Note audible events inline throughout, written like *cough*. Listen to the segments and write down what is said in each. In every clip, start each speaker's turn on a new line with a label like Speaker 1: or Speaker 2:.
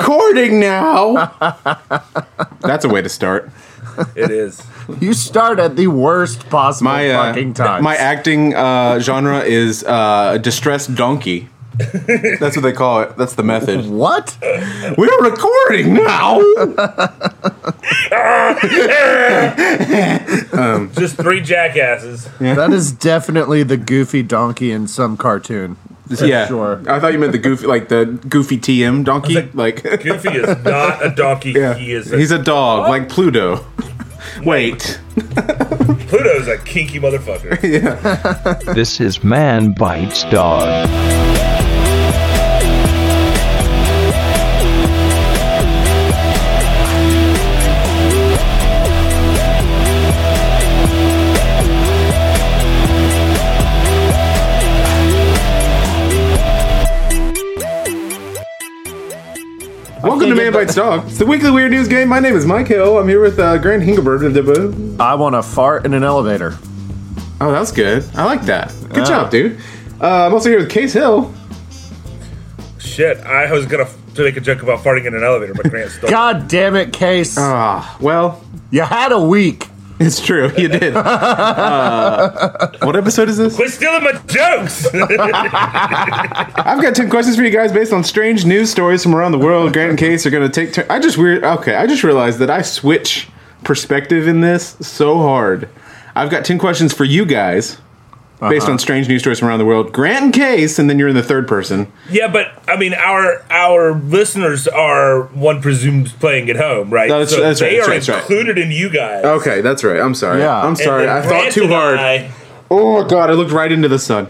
Speaker 1: starting now. *laughs* That's a way to start.
Speaker 2: It is.
Speaker 3: You start at the worst possible
Speaker 1: My uh,
Speaker 3: fucking time.
Speaker 1: my acting uh, genre is uh, distressed donkey. That's what they call it. That's the method.
Speaker 3: what?
Speaker 1: We're recording now.
Speaker 2: Just three jackasses.
Speaker 3: that is definitely the goofy donkey in some cartoon.
Speaker 1: *laughs* yeah,
Speaker 3: sure.
Speaker 1: I thought you meant the goofy, like the goofy TM donkey. Like, *laughs*
Speaker 2: Goofy is not a donkey. He is. A,
Speaker 1: he's a dog, like Pluto. Wait.
Speaker 2: Pluto's a
Speaker 1: *laughs*
Speaker 2: kinky motherfucker.
Speaker 4: This is Man Bites Dog.
Speaker 1: Welcome to Man Bites Dog. It's the weekly weird news game. My name is Mike Hill. I'm here with uh, Grant Hingelberg.
Speaker 3: I want to fart in an elevator.
Speaker 1: Oh, that was good. I like that. Good job, dude. Uh, I'm also here with Case Hill.
Speaker 2: Shit, I was gonna f- to make a joke about farting in an elevator, but Grant stole.
Speaker 3: God damn it, Case.
Speaker 1: Ah, well, *laughs*
Speaker 3: you had a week.
Speaker 1: it's true. You did. uh, what episode is this?
Speaker 2: Quit stealing my jokes. *laughs*
Speaker 1: I've got 10 questions for you guys based on strange news stories from around the world. Grant and Case are going to take turn. I just weird. Okay, I just realized that I switch perspective in this so hard. I've got 10 questions for you guys based on strange news stories from around the world. Grant and Case, and then you're in the third person.
Speaker 2: yeah, but I mean, our our listeners are one presumes playing at home, right?
Speaker 1: No, that's- that's right,
Speaker 2: they
Speaker 1: that's
Speaker 2: are
Speaker 1: right, that's right.
Speaker 2: included in you guys.
Speaker 1: Okay, that's right. I'm sorry.
Speaker 3: Yeah.
Speaker 1: I'm
Speaker 2: And
Speaker 1: sorry.
Speaker 2: then
Speaker 1: I thought
Speaker 2: Grant
Speaker 1: too
Speaker 2: and
Speaker 1: hard.
Speaker 2: I-
Speaker 1: Oh god, I looked right into the sun.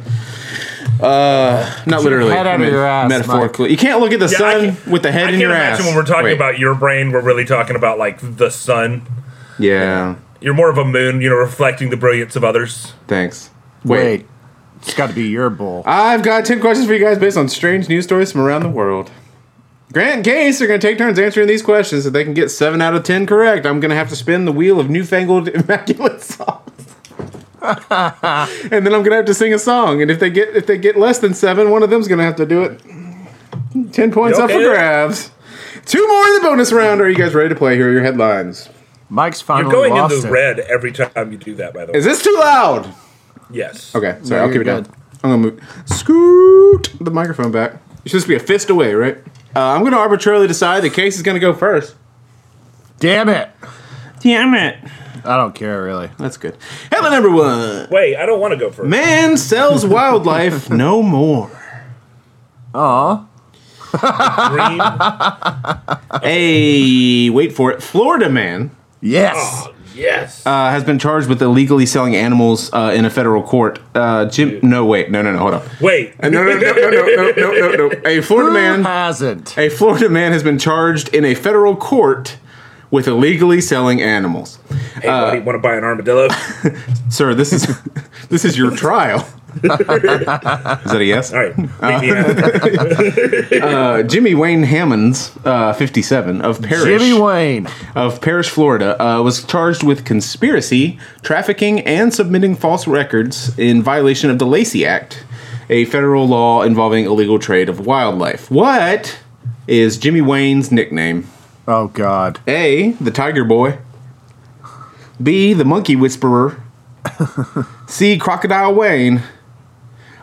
Speaker 1: Uh, not literally.
Speaker 3: head
Speaker 1: I
Speaker 3: out of
Speaker 1: mean,
Speaker 3: your ass,
Speaker 1: metaphorically. You can't look at the
Speaker 2: Yeah, I
Speaker 1: sun
Speaker 2: can't-
Speaker 1: with the head
Speaker 2: I
Speaker 1: in
Speaker 2: can't
Speaker 1: your
Speaker 2: imagine
Speaker 1: ass.
Speaker 2: when we're talking
Speaker 1: Wait.
Speaker 2: about your brain, we're really talking about like the sun.
Speaker 1: Yeah.
Speaker 2: You're more of a moon, you know, reflecting the brilliance of others.
Speaker 1: Thanks.
Speaker 3: Wait. It's got to be your bull.
Speaker 1: I've got 10 questions for you guys based on strange news stories from around the world. Grant and Case are going to take turns answering these questions. If they can get 7 out of 10 correct, I'm going to have to spin the wheel of newfangled *laughs* immaculate sauce. and then I'm going to have to sing a song. And if they get if they get less than 7, one of them's going to have to do it. 10 points up for
Speaker 2: Okay.
Speaker 1: grabs. Two more in the bonus round. Are you guys ready to play? Here are your headlines.
Speaker 3: Mike's
Speaker 2: You're
Speaker 3: finally
Speaker 2: going in
Speaker 3: lost
Speaker 2: the
Speaker 3: it.
Speaker 2: red every time you do that, by the way.
Speaker 1: Is this too loud?
Speaker 2: yes.
Speaker 1: Okay, sorry, I'll
Speaker 3: you're
Speaker 1: keep it down.
Speaker 3: good.
Speaker 1: I'm gonna move, scoot the microphone back. It should just be a fist away, right? Uh, I'm gonna arbitrarily decide the case is gonna go first.
Speaker 3: Damn it.
Speaker 1: Damn it!
Speaker 3: I don't care, really.
Speaker 1: That's good. Headline number one:
Speaker 2: Wait, I don't want to go first.
Speaker 1: Man sells wildlife no more.
Speaker 3: Aw.
Speaker 2: Green.
Speaker 1: Hey, wait for it. Florida man
Speaker 3: Yes.
Speaker 2: Oh, yes.
Speaker 1: uh, has been charged with illegally selling animals uh, in a federal court. Uh, Jim, no, wait, no, no, no, hold on.
Speaker 2: Wait.
Speaker 1: No, no, no, no, no, no, no, no, no. A Florida
Speaker 3: Who
Speaker 1: Oh, man
Speaker 3: hasn't?
Speaker 1: A Florida man has been charged in a federal court with illegally selling animals.
Speaker 2: Hey, buddy,
Speaker 3: uh,
Speaker 2: want to buy an armadillo?
Speaker 1: Sir, this is *laughs* this is your trial. *laughs* is that a yes?
Speaker 2: All
Speaker 3: *laughs*
Speaker 2: right. meet me after.
Speaker 1: Uh, Jimmy Wayne Hammonds, uh, 57, of Parish,
Speaker 3: Jimmy Wayne.
Speaker 1: of Parish, Florida, uh, was charged with conspiracy, trafficking, and submitting false records in violation of the Lacey Act, a federal law involving illegal trade of wildlife. What is Jimmy Wayne's nickname?
Speaker 3: Oh, God.
Speaker 1: A. The Tiger Boy. B. The Monkey *laughs* Whisperer. C. Crocodile Wayne.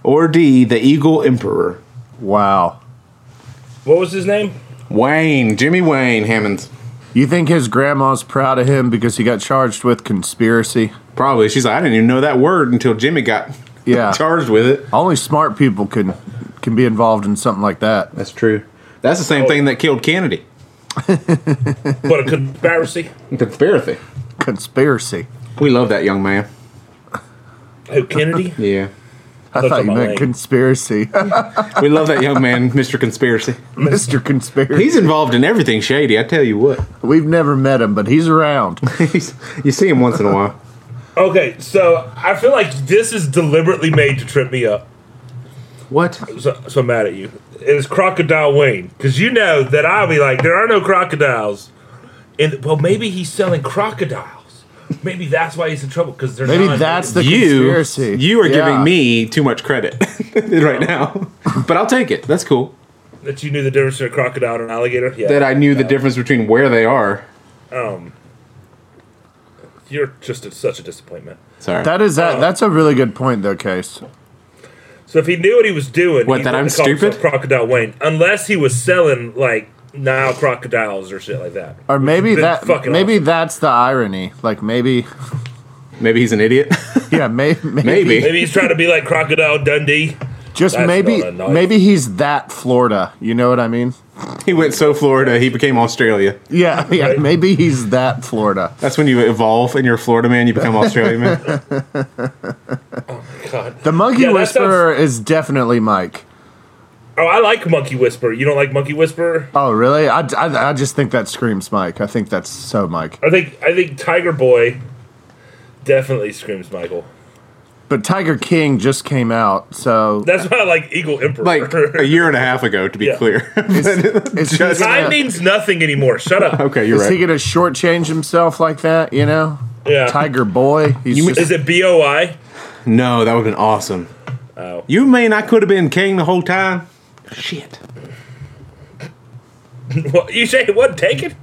Speaker 1: Or D. The Eagle Emperor.
Speaker 3: Wow.
Speaker 2: What was his name?
Speaker 1: Wayne. Jimmy Wayne Hammonds.
Speaker 3: You think his grandma's proud of him because he got charged with conspiracy?
Speaker 1: Probably. She's like, I didn't even know that word until Jimmy got *laughs*
Speaker 3: Yeah.
Speaker 1: charged with it.
Speaker 3: Only smart people can can be involved in something like that.
Speaker 1: That's true. Oh. That's the same thing that killed Kennedy.
Speaker 2: What a conspiracy.
Speaker 1: Conspiracy.
Speaker 3: Conspiracy.
Speaker 1: We love that young man.
Speaker 2: Who, Oh, Kennedy?
Speaker 1: Yeah.
Speaker 3: I
Speaker 2: Those are
Speaker 3: thought you
Speaker 2: my
Speaker 3: meant
Speaker 2: legs.
Speaker 3: conspiracy. *laughs*
Speaker 1: We love that young *laughs* man, Mr. Conspiracy.
Speaker 3: Mr. Conspiracy.
Speaker 1: He's involved in everything shady, I tell you what.
Speaker 3: We've never met him, but he's around.
Speaker 1: He's, *laughs* you see him once in a while.
Speaker 2: Okay, so I feel like this is deliberately made to trip me up.
Speaker 1: What?
Speaker 2: So, so I'm mad at you. It is Crocodile Wayne. Because you know that I'll be like, there are no crocodiles. And Well, maybe he's selling crocodiles. Maybe that's why he's in trouble. Because they're
Speaker 3: Maybe
Speaker 2: not-
Speaker 3: that's the
Speaker 1: you,
Speaker 3: conspiracy.
Speaker 1: you are *laughs*
Speaker 3: Yeah.
Speaker 1: giving me too much credit right now, but I'll take it. That's cool.
Speaker 2: That you knew the difference between a crocodile and an alligator? Yeah.
Speaker 1: That I knew the difference between where they are.
Speaker 2: You're just a, such a disappointment.
Speaker 1: Sorry.
Speaker 3: That is that. That's a really good point, though, Case.
Speaker 2: So if he knew what he was doing,
Speaker 1: What,
Speaker 2: he
Speaker 1: that I'm
Speaker 2: wouldn't have called himself
Speaker 1: stupid?
Speaker 2: Crocodile Wayne, unless he was selling like Nile crocodiles or shit like that.
Speaker 3: Or maybe
Speaker 2: That's
Speaker 3: that.
Speaker 2: fucking
Speaker 3: Maybe
Speaker 2: awesome.
Speaker 3: that's the irony. Like
Speaker 2: *laughs*
Speaker 3: maybe,
Speaker 1: Maybe he's an idiot. *laughs*
Speaker 3: yeah, may, maybe,
Speaker 1: Maybe.
Speaker 2: Maybe he's trying to be like Crocodile Dundee.
Speaker 3: just
Speaker 2: That's
Speaker 3: maybe,
Speaker 2: not a knife.
Speaker 3: maybe he's that Florida. You know what I mean?
Speaker 1: he went so Florida, he became Australia.
Speaker 3: Yeah, *laughs* yeah.
Speaker 2: Right.
Speaker 3: Maybe he's that Florida.
Speaker 1: That's when you evolve and you're a Florida man, you become Australian
Speaker 3: *laughs*
Speaker 1: man.
Speaker 2: God.
Speaker 3: The monkey
Speaker 2: Yeah, that
Speaker 3: whisperer is definitely Mike.
Speaker 2: Oh, I like Monkey Whisperer. You don't like Monkey Whisperer?
Speaker 3: Oh, really? I, I, I just think that screams Mike. I think that's so Mike.
Speaker 2: I think I think Tiger Boy definitely screams Michael.
Speaker 3: But Tiger King just came out, so
Speaker 2: That's why I like Eagle Emperor.
Speaker 1: Like a year and a half ago, to be
Speaker 2: Yeah.
Speaker 1: clear.
Speaker 3: *laughs* is,
Speaker 1: Just-
Speaker 2: *laughs*
Speaker 3: he
Speaker 2: time
Speaker 3: gonna,
Speaker 2: means nothing anymore. Shut
Speaker 3: *laughs*
Speaker 2: up.
Speaker 1: okay, you're
Speaker 3: is
Speaker 1: right.
Speaker 3: he gonna shortchange himself like that? You know,
Speaker 2: Yeah.
Speaker 3: Tiger Boy. He's
Speaker 1: You mean-
Speaker 3: just,
Speaker 2: Is it B O I?
Speaker 1: no, that would have been awesome.
Speaker 2: Oh.
Speaker 1: You mean I could have been king the whole time? Shit.
Speaker 2: What- You say what? Take it.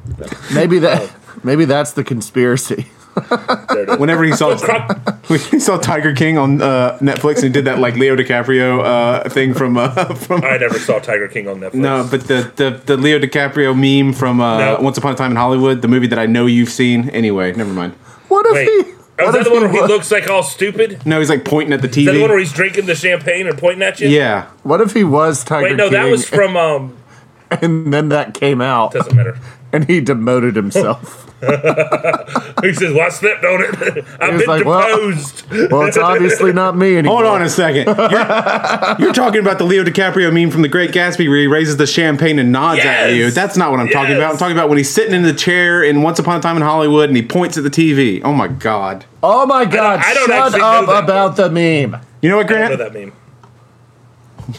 Speaker 1: *laughs*
Speaker 3: maybe that.
Speaker 1: Oh.
Speaker 3: *laughs* Maybe that's the conspiracy. *laughs*
Speaker 2: There it is.
Speaker 1: Whenever
Speaker 2: *laughs*
Speaker 1: he saw
Speaker 2: Croc-
Speaker 1: *laughs* when he saw Tiger King on uh, Netflix and he did that like Leo DiCaprio uh, thing from uh, *laughs* from
Speaker 2: I never saw Tiger King on Netflix.
Speaker 1: No, but the, the, the Leo DiCaprio meme from uh,
Speaker 2: No.
Speaker 1: Once Upon a Time in Hollywood, the movie that I know you've seen. Anyway, never mind.
Speaker 3: What if *laughs*
Speaker 2: Wait.
Speaker 3: he?
Speaker 2: Oh, is
Speaker 3: what
Speaker 2: that
Speaker 3: if
Speaker 2: the one where
Speaker 3: he
Speaker 2: he
Speaker 3: was,
Speaker 2: looks like all stupid? Is
Speaker 1: No, he's like pointing at the
Speaker 2: that the one where
Speaker 1: TV.
Speaker 2: he's drinking the champagne and pointing at you?
Speaker 1: Yeah,
Speaker 3: what if he was Tiger
Speaker 2: Wait, no,
Speaker 3: King?
Speaker 2: that was from um.
Speaker 3: and then that came out,
Speaker 2: Doesn't matter.
Speaker 3: and he
Speaker 2: *laughs*
Speaker 3: demoted himself.
Speaker 2: He says, "Well, I slept on it. *laughs* I've
Speaker 3: was
Speaker 2: been
Speaker 3: like, well-
Speaker 2: deposed."
Speaker 3: well, it's obviously not me anymore.
Speaker 1: Hold on a second. You're, you're talking about the Leo DiCaprio meme from The Great Gatsby where he raises the champagne and nods at
Speaker 2: Yes!
Speaker 1: you. That's not what I'm talking about. I'm
Speaker 2: Yes!
Speaker 1: talking about when he's sitting in the chair in Once Upon a Time in Hollywood and he points at the TV. Oh my God.
Speaker 3: Oh my God!
Speaker 2: I don't
Speaker 3: shut
Speaker 2: actually know
Speaker 3: up
Speaker 2: that.
Speaker 3: about the meme.
Speaker 1: You know what,
Speaker 2: I don't
Speaker 1: Grant?
Speaker 2: know that meme.
Speaker 1: *laughs*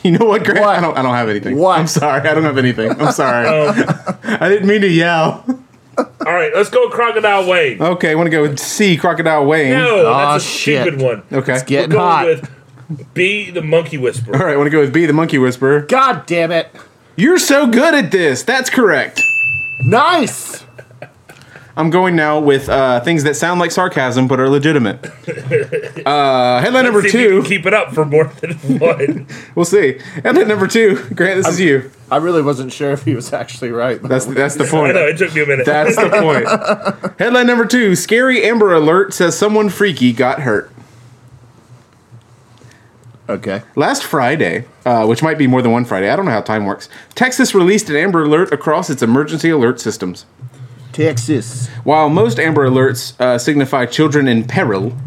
Speaker 1: You know what, Grant?
Speaker 3: What?
Speaker 1: I don't. I don't have anything.
Speaker 3: What?
Speaker 1: I'm sorry. I don't have anything. I'm
Speaker 2: *laughs*
Speaker 1: sorry.
Speaker 2: Oh.
Speaker 1: *laughs* I didn't mean to yell.
Speaker 2: All right, let's go Crocodile Wayne.
Speaker 1: Okay, I want to go with C. Crocodile Wayne.
Speaker 2: No,
Speaker 3: Aw,
Speaker 2: that's a
Speaker 3: shit.
Speaker 2: stupid one.
Speaker 1: Okay.
Speaker 3: It's getting
Speaker 2: Go
Speaker 3: hot.
Speaker 2: with B, the Monkey
Speaker 1: All
Speaker 2: Whisperer.
Speaker 1: right, I want to go with B. The Monkey Whisperer.
Speaker 3: God damn it!
Speaker 1: You're so good at this. That's correct.
Speaker 3: Nice.
Speaker 1: I'm going now with uh, things that sound like sarcasm but are
Speaker 2: *laughs*
Speaker 1: legitimate. Uh, headline number
Speaker 2: See if you
Speaker 1: two.
Speaker 2: can keep it up for more than *laughs* one.
Speaker 1: We'll see. Headline number two. Grant, this is you.
Speaker 3: I really wasn't sure if he was actually right. But
Speaker 1: That's that's the
Speaker 2: *laughs* I
Speaker 1: point.
Speaker 2: know it took me a minute.
Speaker 1: That's the point.
Speaker 2: *laughs*
Speaker 1: Headline number two. Scary Amber Alert says someone freaky got hurt.
Speaker 3: okay.
Speaker 1: Last Friday, uh, which might be more than one Friday, I don't know how time works, Texas released an Amber Alert across its emergency alert systems.
Speaker 3: Texas.
Speaker 1: While most Amber Alerts uh, signify children in peril,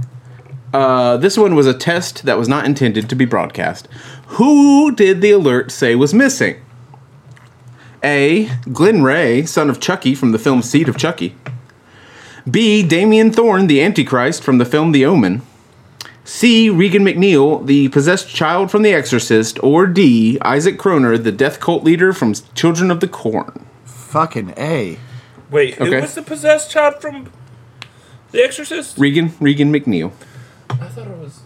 Speaker 1: uh, this one was a test that was not intended to be broadcast. Who did the alert say was missing? A. Glenn Ray, son of Chucky from the film Seed of Chucky. B. Damien Thorne, the Antichrist from the film The Omen. C. Regan McNeil, the possessed child from The Exorcist. Or D. Isaac Kroner, the death cult leader from Children of the Corn.
Speaker 3: Fucking a.
Speaker 2: Wait, who
Speaker 1: Okay.
Speaker 2: was the possessed child from The Exorcist?
Speaker 1: Regan, Regan McNeil.
Speaker 2: I thought it was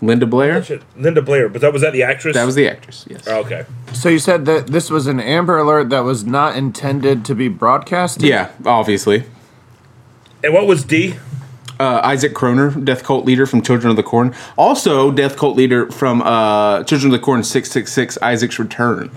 Speaker 1: Linda Blair?
Speaker 2: shit, Linda Blair, but that was that the actress.
Speaker 1: That was the actress, yes.
Speaker 2: oh, okay.
Speaker 3: So you said that this was an Amber Alert that was not intended to be broadcasted.
Speaker 1: Yeah, obviously.
Speaker 2: And what was D?
Speaker 1: Uh, Isaac Kroner, Death Cult leader from Children of the Corn. Also, Death Cult leader from uh, Children of the Corn 666, Isaac's Return.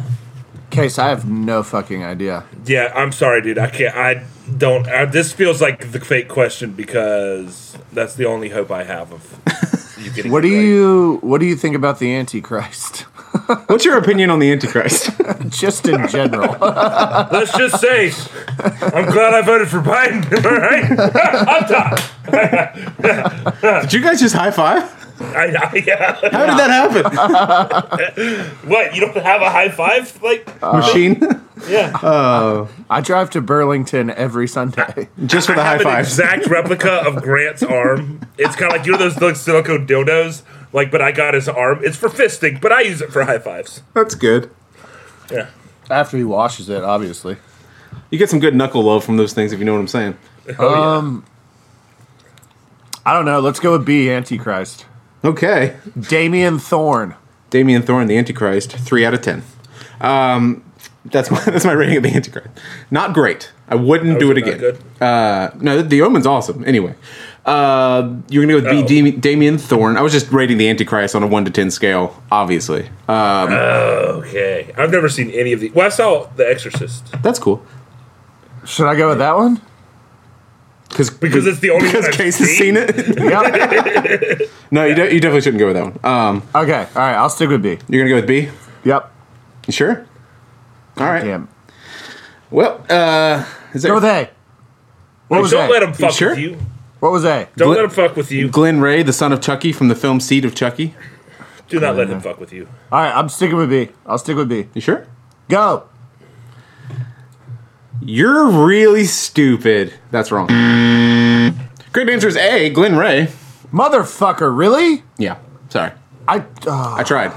Speaker 3: Case, I have no fucking idea.
Speaker 2: Yeah, I'm sorry, dude. I can't. I don't. I, this feels like the fake question because that's the only hope I have of you getting.
Speaker 3: What do
Speaker 2: it right.
Speaker 3: you What do you think about the Antichrist? *laughs*
Speaker 1: What's your opinion on the
Speaker 2: *laughs*
Speaker 1: Antichrist?
Speaker 3: Just in general. *laughs*
Speaker 2: Let's just say, I'm glad I voted for Biden. *laughs* All right,
Speaker 1: Did you guys just high five?
Speaker 2: I, I, yeah.
Speaker 1: How did that happen?
Speaker 2: What? You don't have a high five? Like,
Speaker 1: Machine?
Speaker 2: yeah.
Speaker 3: I drive to Burlington every Sunday.
Speaker 1: just for the high
Speaker 2: have an
Speaker 1: fives. *laughs*
Speaker 2: exact replica of Grant's arm. It's kind of like you know those like, silicone dildos. Like, but I got his arm. It's for fisting, but I use it for high fives.
Speaker 1: That's good.
Speaker 2: Yeah.
Speaker 3: *laughs* After he washes it, obviously.
Speaker 1: You get some good knuckle love from those things if you know what I'm saying.
Speaker 3: I don't know. Let's go with B, Antichrist.
Speaker 1: Okay.
Speaker 3: Damien Thorne.
Speaker 1: Damien Thorne, the Antichrist, 3 out of 10. Um, That's my *laughs* that's my rating of the Antichrist. Not great. I wouldn't do it
Speaker 2: was not
Speaker 1: again.
Speaker 2: good.
Speaker 1: Uh, no, the Omen's awesome. Anyway, uh, you're gonna go with
Speaker 2: Oh.
Speaker 1: B. Dam- Damien Thorn. I was just rating the Antichrist on a one to ten scale, obviously. Uh,
Speaker 2: Okay, I've never seen any of the. Well, I saw The Exorcist
Speaker 1: That's cool.
Speaker 3: Should I go with that one?
Speaker 1: Cause,
Speaker 2: because it's the only
Speaker 1: because
Speaker 2: one I've
Speaker 1: Case has seen it. *laughs*
Speaker 3: Yeah.
Speaker 1: no, you, de- you definitely shouldn't go with that one. Um,
Speaker 3: okay. All right. I'll stick with B.
Speaker 1: you're gonna go with B.
Speaker 3: Yep.
Speaker 1: You sure? All right.
Speaker 3: Damn.
Speaker 1: Well, uh, is
Speaker 3: Go with
Speaker 1: there
Speaker 3: A. What was
Speaker 2: Don't
Speaker 3: A?
Speaker 2: let him fuck
Speaker 1: sure?
Speaker 2: with you.
Speaker 3: What was A?
Speaker 2: Don't
Speaker 1: Gl-
Speaker 2: let him fuck with you.
Speaker 1: Glenn Ray, the son of Chucky from the film Seed of Chucky?
Speaker 2: Do not let him fuck with you.
Speaker 3: All right. I'm sticking with B. I'll stick with B.
Speaker 1: You sure?
Speaker 3: Go.
Speaker 1: You're really stupid. That's wrong. Great answer is A. Glenn Ray.
Speaker 3: Motherfucker. Really?
Speaker 1: Yeah. Sorry,
Speaker 3: I. ah.
Speaker 1: I tried.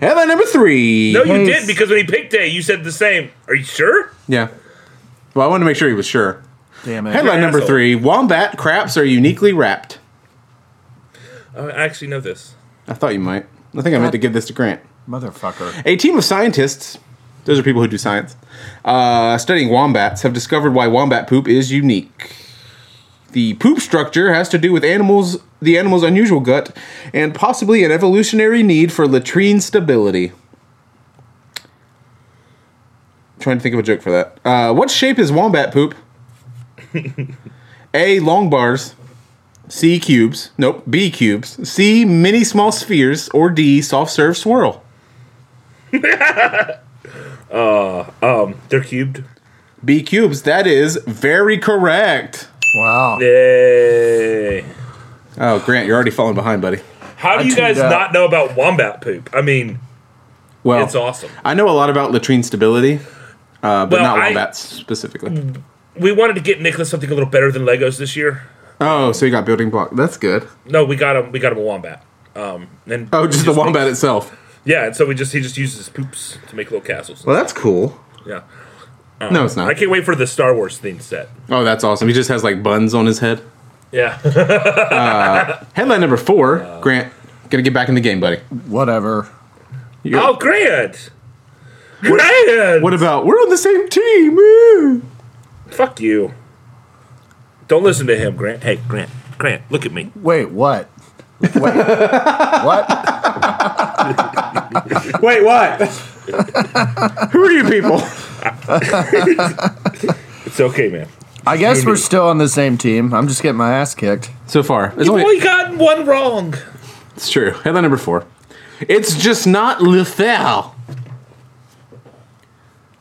Speaker 1: Headline number three.
Speaker 2: No, you
Speaker 3: Yes.
Speaker 2: did because when he picked A, you said the same. Are you sure?
Speaker 1: Yeah. Well, I wanted to make sure he was sure.
Speaker 3: damn it.
Speaker 1: Headline
Speaker 2: an
Speaker 1: number
Speaker 2: asshole.
Speaker 1: three: Wombat craps are uniquely wrapped.
Speaker 2: Oh, I actually know this.
Speaker 1: I thought you might. I think I meant to give this to Grant.
Speaker 3: Motherfucker.
Speaker 1: A team of scientists, those are people who do science, uh, studying wombats, have discovered why wombat poop is unique. The poop structure has to do with animals, the animal's unusual gut, and possibly an evolutionary need for latrine stability. Trying to think of a joke for that. Uh, what shape is wombat poop? A. Long bars. C. Cubes. Nope. B. Cubes. C. Mini small spheres. Or D. Soft serve swirl.
Speaker 2: They're cubed.
Speaker 1: B cubes. That is very correct.
Speaker 3: Wow.
Speaker 2: Yay.
Speaker 1: Oh, Grant, you're already falling behind, buddy.
Speaker 2: How do you
Speaker 3: tuned
Speaker 2: guys
Speaker 3: out.
Speaker 2: not know about wombat poop? I mean,
Speaker 1: Well,
Speaker 2: it's awesome.
Speaker 1: I know a lot about latrine stability, uh, but
Speaker 2: Well,
Speaker 1: not
Speaker 2: I-
Speaker 1: wombats specifically.
Speaker 2: We wanted to get Nicholas something a little better than Legos this year.
Speaker 1: Oh, so you got building block. That's good.
Speaker 2: No, we got him. We got him a wombat. Um, and
Speaker 1: Oh, just the wombat itself.
Speaker 2: yeah, and so we just he just uses his poops to make little castles.
Speaker 1: Well, that's cool.
Speaker 2: Yeah,
Speaker 1: No, it's
Speaker 2: Oh. I
Speaker 1: not.
Speaker 2: can't wait for the Star Wars theme set.
Speaker 1: Oh, that's awesome. He just has like buns on his head.
Speaker 2: Yeah,
Speaker 1: Headline number four. Grant, gonna get back in the game, buddy.
Speaker 3: Whatever.
Speaker 1: You're-
Speaker 2: *laughs* oh, Grant. Grant,
Speaker 1: What about we're on the same team? woo!
Speaker 2: fuck you. Don't listen to him, Grant. Hey, Grant, Grant, look at me.
Speaker 3: Wait. What?
Speaker 1: *laughs*
Speaker 3: Wait. what?
Speaker 1: Wait, what? *laughs* Who are you people?
Speaker 2: It's okay, man.
Speaker 3: I guess we're still on the same team. I'm just getting my ass kicked.
Speaker 1: So far, it's
Speaker 2: You've
Speaker 1: only-
Speaker 2: only gotten one wrong.
Speaker 1: It's true. Headline number four. It's just not lethal.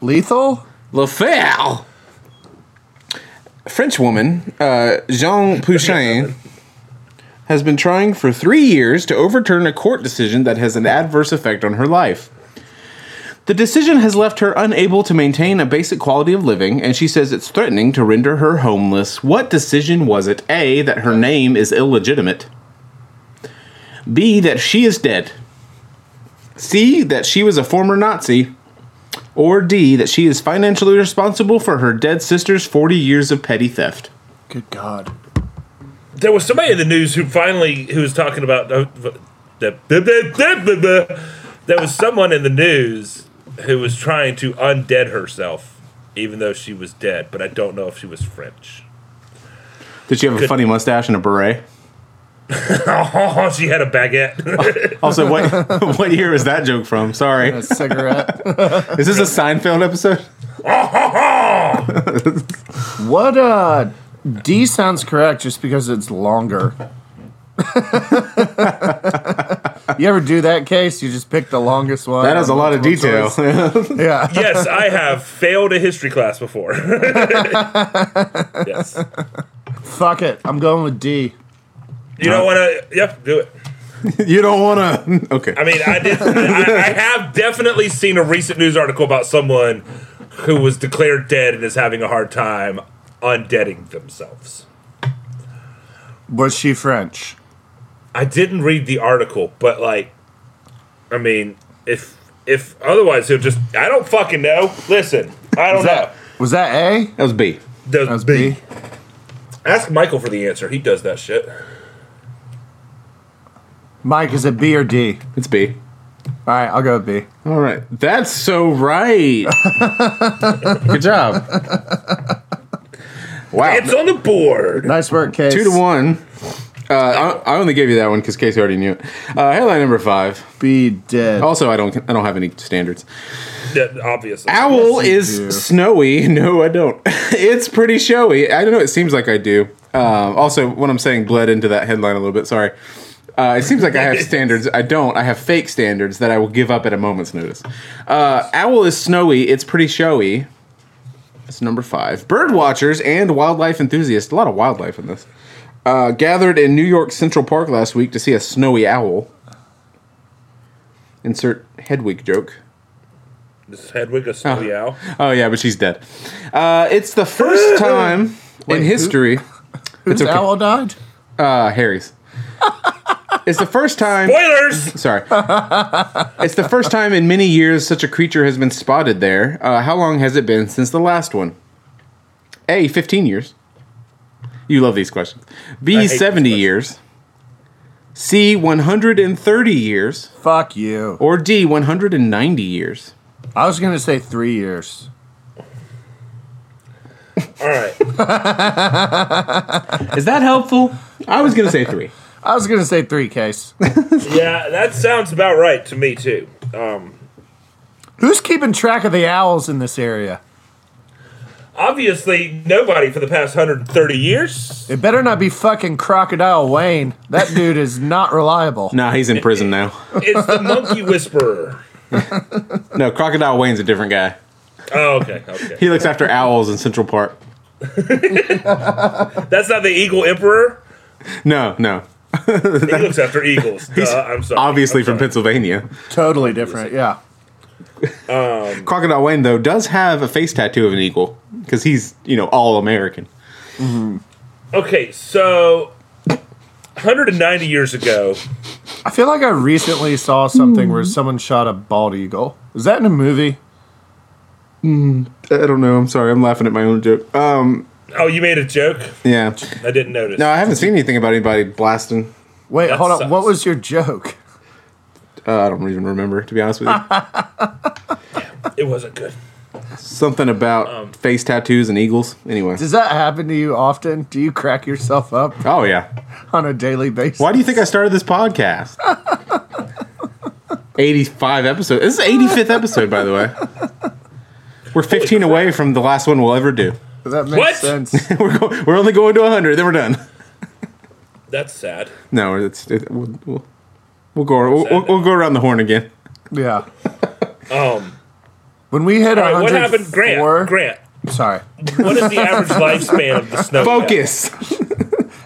Speaker 3: Lethal?
Speaker 1: Lethal. French woman uh, Jean Pouchain has been trying for three years to overturn a court decision that has an adverse effect on her life. The decision has left her unable to maintain a basic quality of living, and she says it's threatening to render her homeless. What decision was it? A. That her name is illegitimate. B. That she is dead. C. That she was a former Nazi. Or D. That she is financially responsible for her dead sister's 40 years of petty theft.
Speaker 3: Good God.
Speaker 2: There was somebody in the news who finally who was talking about uh, the the- the- the- the- the- there was someone in the news who was trying to undead herself, even though she was dead. But I don't know if she was French. *laughs*
Speaker 1: Did she have a
Speaker 2: Good.
Speaker 1: funny mustache and a beret?
Speaker 2: Oh, she had a baguette. *laughs*
Speaker 1: Also, what what *laughs* year is that joke from? Sorry.
Speaker 3: A cigarette.
Speaker 1: Is this a Seinfeld episode?
Speaker 3: *laughs* what uh D sounds correct just because it's longer. *laughs* you ever do that case? You just pick the longest one.
Speaker 1: That has a
Speaker 3: on
Speaker 1: lot of
Speaker 3: multiple
Speaker 1: detail. *laughs*
Speaker 3: choice? Yeah.
Speaker 2: yes, I have failed a history class before. *laughs* yes,
Speaker 3: Fuck it. I'm going with D.
Speaker 2: you don't want to. Yep, do it.
Speaker 1: you don't want to. *laughs* Okay.
Speaker 2: I mean, I did. I, I have definitely seen a recent news article about someone who was declared dead and is having a hard time undeading themselves.
Speaker 3: Was she French?
Speaker 2: I didn't read the article, but like, I mean, if if otherwise, he'll just. I don't fucking know. Listen, I don't know.
Speaker 3: Was that A?
Speaker 1: that was B.
Speaker 2: The-
Speaker 3: That was B.
Speaker 2: ask Michael for the answer. He does that shit.
Speaker 3: Mike, is it B or D?
Speaker 1: It's B.
Speaker 3: All right, I'll go with B.
Speaker 1: All right. That's so right. Good job. *laughs* Wow.
Speaker 2: It's on the board.
Speaker 3: Nice work, Case.
Speaker 1: Two to one. Uh, I, I only gave you that one because Casey already knew it. Uh, headline number five.
Speaker 3: Be dead.
Speaker 2: Oh,
Speaker 1: Also, I don't I don't have any standards.
Speaker 2: Yeah, obviously.
Speaker 1: Owl
Speaker 3: you
Speaker 1: is
Speaker 3: do.
Speaker 1: snowy. *laughs* No, I don't. it's pretty showy. I don't know. It seems like I do. Um, also, what I'm saying bled into that headline a little bit. Sorry. Uh, it seems like I have standards. I don't. I have fake standards that I will give up at a moment's notice. Uh, owl is snowy. It's pretty showy. That's number five. Bird watchers and wildlife enthusiasts. A lot of wildlife in this. Uh, gathered in New York Central Park last week to see a snowy owl. Insert Hedwig joke.
Speaker 2: This is Hedwig a snowy owl.
Speaker 1: Oh yeah, but she's dead. Uh, it's the
Speaker 2: *laughs*
Speaker 1: first time in history.
Speaker 3: Whose
Speaker 1: okay.
Speaker 3: owl died?
Speaker 1: Uh, Harry's. It's the first time.
Speaker 2: Spoilers.
Speaker 1: Sorry. It's the first time in many years such a creature has been spotted there. Uh, how long has it been since the last one? A. Fifteen years. You love these questions.
Speaker 2: I
Speaker 1: B.
Speaker 2: hate these
Speaker 1: Seventy
Speaker 2: questions.
Speaker 1: years. C. One hundred and thirty years.
Speaker 3: Fuck you.
Speaker 1: Or D. One hundred and ninety years.
Speaker 3: I was gonna say three years.
Speaker 2: All right.
Speaker 1: Is that helpful? I was gonna say three.
Speaker 3: I was gonna say
Speaker 2: *laughs*
Speaker 3: three, Case.
Speaker 2: Yeah, that sounds about right to me too. Um,
Speaker 3: Who's keeping track of the owls in this area?
Speaker 2: obviously, nobody for the past 130 years.
Speaker 3: It better not be fucking Crocodile Wayne.
Speaker 2: *laughs*
Speaker 3: That dude is not reliable.
Speaker 1: Nah, he's in prison now.
Speaker 2: It's the monkey whisperer.
Speaker 1: No, Crocodile Wayne's a different guy.
Speaker 2: Oh, okay, okay.
Speaker 1: He looks after owls in Central Park.
Speaker 2: That's not the eagle emperor.
Speaker 1: No, no. *laughs*
Speaker 2: He looks after eagles. Uh, I'm sorry.
Speaker 1: Obviously
Speaker 2: I'm
Speaker 1: from
Speaker 2: sorry.
Speaker 1: Pennsylvania.
Speaker 3: Totally different. Yeah.
Speaker 1: Crocodile Wayne, though, does have a face tattoo of an eagle because he's, you know, all American.
Speaker 2: Okay, so 190 years ago,
Speaker 3: I feel like I recently saw something where someone shot a bald eagle. Is that in a movie?
Speaker 1: I don't know. I'm sorry. I'm laughing at my own joke. Um,
Speaker 2: oh, you made a joke.
Speaker 1: yeah.
Speaker 2: I didn't notice.
Speaker 1: No, I haven't seen anything about anybody blasting.
Speaker 3: Wait,
Speaker 2: That
Speaker 3: hold on.
Speaker 2: sucks.
Speaker 3: What was your joke?
Speaker 1: Uh, I don't even remember, to be honest with *laughs* you.
Speaker 2: it wasn't good.
Speaker 1: Something about face tattoos and eagles. Anyway.
Speaker 3: Does that happen to you often? Do you crack yourself up
Speaker 1: Oh, yeah.
Speaker 3: on a daily basis?
Speaker 1: Why do you think I started this *laughs* podcast? 85 episodes. This is 85th episode, by the way. We're 15 away from the last one we'll ever do. *laughs*
Speaker 3: That makes
Speaker 2: What?
Speaker 3: sense.
Speaker 2: *laughs*
Speaker 1: we're, go- we're only going to 100, then we're done.
Speaker 2: That's sad.
Speaker 1: No, it's it, we'll, we'll, we'll go we'll, we'll, we'll go around the horn again.
Speaker 3: Yeah.
Speaker 2: Um,
Speaker 3: When we hit
Speaker 2: all right,
Speaker 3: 104,
Speaker 2: what happened, Grant? Grant,
Speaker 3: sorry,
Speaker 2: what is the average lifespan of the snow?
Speaker 1: Focus.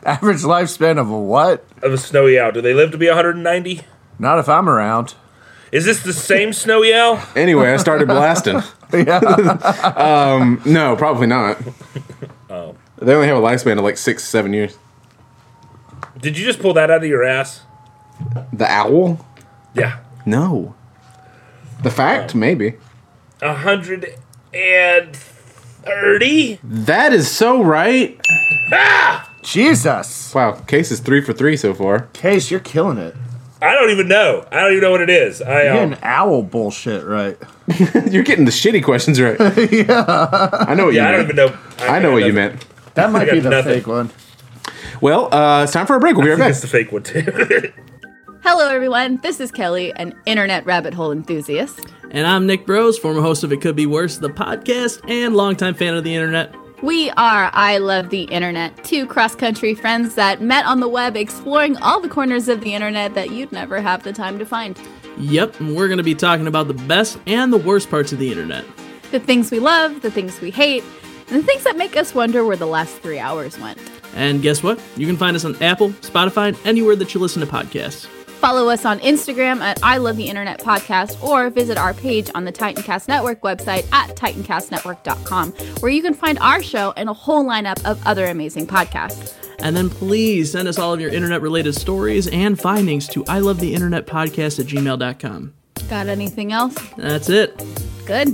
Speaker 3: average lifespan of a what?
Speaker 2: of a snowy owl. Do they live to be 190?
Speaker 3: Not if I'm around. *laughs*
Speaker 2: Is this the same snowy owl?
Speaker 1: anyway, I started *laughs* blasting.
Speaker 3: Yeah.
Speaker 1: No, probably not. Oh. They only have a lifespan of like six, seven years.
Speaker 2: Did you just pull that out of your ass?
Speaker 1: The owl?
Speaker 2: Yeah.
Speaker 1: No. The fact, maybe.
Speaker 2: 130?
Speaker 1: That is so right.
Speaker 3: Jesus,
Speaker 1: Wow, case is three for three so far. *laughs*
Speaker 3: Case, you're killing it.
Speaker 2: I don't even know. I don't even know what it is. I
Speaker 3: You're
Speaker 2: um,
Speaker 3: an owl bullshit, right?
Speaker 1: You're getting the shitty questions right. yeah. I know what
Speaker 2: yeah, I
Speaker 1: you
Speaker 2: don't
Speaker 1: meant.
Speaker 2: even know.
Speaker 1: I know what you
Speaker 2: nothing. *laughs*
Speaker 1: meant.
Speaker 3: That might
Speaker 2: got
Speaker 3: be the
Speaker 2: nothing.
Speaker 3: fake one.
Speaker 1: Well, uh, it's time for a break. We'll be right back.
Speaker 2: It's the fake one too. *laughs*
Speaker 5: Hello, everyone. This is Kelly, an internet rabbit hole enthusiast.
Speaker 6: And I'm Nick Bros, former host of It Could Be Worse, the podcast, and longtime fan of the internet.
Speaker 5: We are I Love the Internet, two cross country friends that met on the web exploring all the corners of the internet that you'd never have the time to find.
Speaker 6: Yep, and we're going to be talking about the best and the worst parts of the internet.
Speaker 5: The things we love, the things we hate, and the things that make us wonder where the last three hours went.
Speaker 6: And guess what? You can find us on Apple, Spotify, and anywhere that you listen to podcasts.
Speaker 5: Follow us on Instagram at I Love the Internet Podcast or visit our page on the Titancast Network website at titancastnetwork.com, where you can find our show and a whole lineup of other amazing podcasts.
Speaker 6: And then please send us all of your internet related stories and findings to I love the internet podcast at gmail.com.
Speaker 5: Got anything else?
Speaker 6: That's it.
Speaker 5: Good.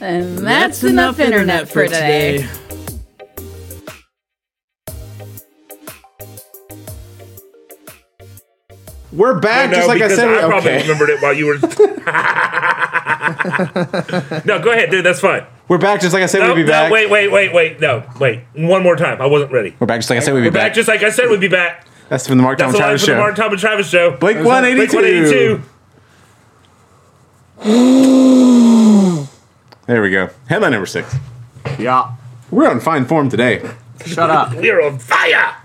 Speaker 5: And that's, enough, internet, for today.
Speaker 1: We're back,
Speaker 2: No,
Speaker 1: just like I
Speaker 2: because
Speaker 1: said.
Speaker 2: I probably
Speaker 1: okay,
Speaker 2: remembered it while
Speaker 1: *laughs*
Speaker 2: you were. *laughs* no, go ahead, dude. That's fine.
Speaker 1: we're back, just like I said.
Speaker 2: No,
Speaker 1: we'd be
Speaker 2: no,
Speaker 1: back.
Speaker 2: wait, wait, wait, wait. No, wait. One more time. I wasn't ready.
Speaker 1: We're back, just like I said. We'd be
Speaker 2: We're back,
Speaker 1: back.
Speaker 2: just like I said, we'd be back.
Speaker 1: That's from the Mark Tom
Speaker 2: That's a line
Speaker 1: Travis
Speaker 2: from the
Speaker 1: show.
Speaker 2: Mark Tom and Travis show.
Speaker 1: Blake one eighty
Speaker 2: Blink 182.
Speaker 1: two. There we go. Headline number six.
Speaker 3: Yeah.
Speaker 1: We're on fine form today.
Speaker 3: Shut up.
Speaker 2: We're
Speaker 1: *laughs*
Speaker 2: on fire.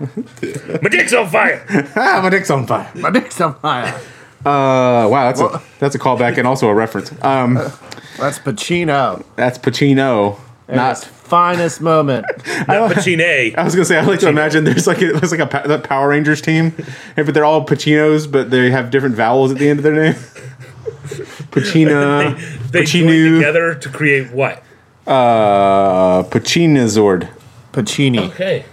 Speaker 2: My dick's on fire.
Speaker 1: Ah, my dick's on fire.
Speaker 3: My dick's on fire.
Speaker 1: Uh, wow, that's a that's a callback and also a reference. Um,
Speaker 3: That's Pacino.
Speaker 1: that's Pacino.
Speaker 3: That's
Speaker 1: Not.
Speaker 3: finest moment.
Speaker 1: *laughs*
Speaker 2: Not Pacine.
Speaker 1: I was gonna say I like to imagine there's like a, there's like a pa- that Power Rangers team, and but they're all Pacinos, but they have different vowels at the end of their
Speaker 2: *laughs*
Speaker 1: name. Pacina,
Speaker 2: They joined
Speaker 1: Pacino,
Speaker 2: together to create what?
Speaker 1: uh, Pacinazord.
Speaker 3: Pacini.
Speaker 2: Okay.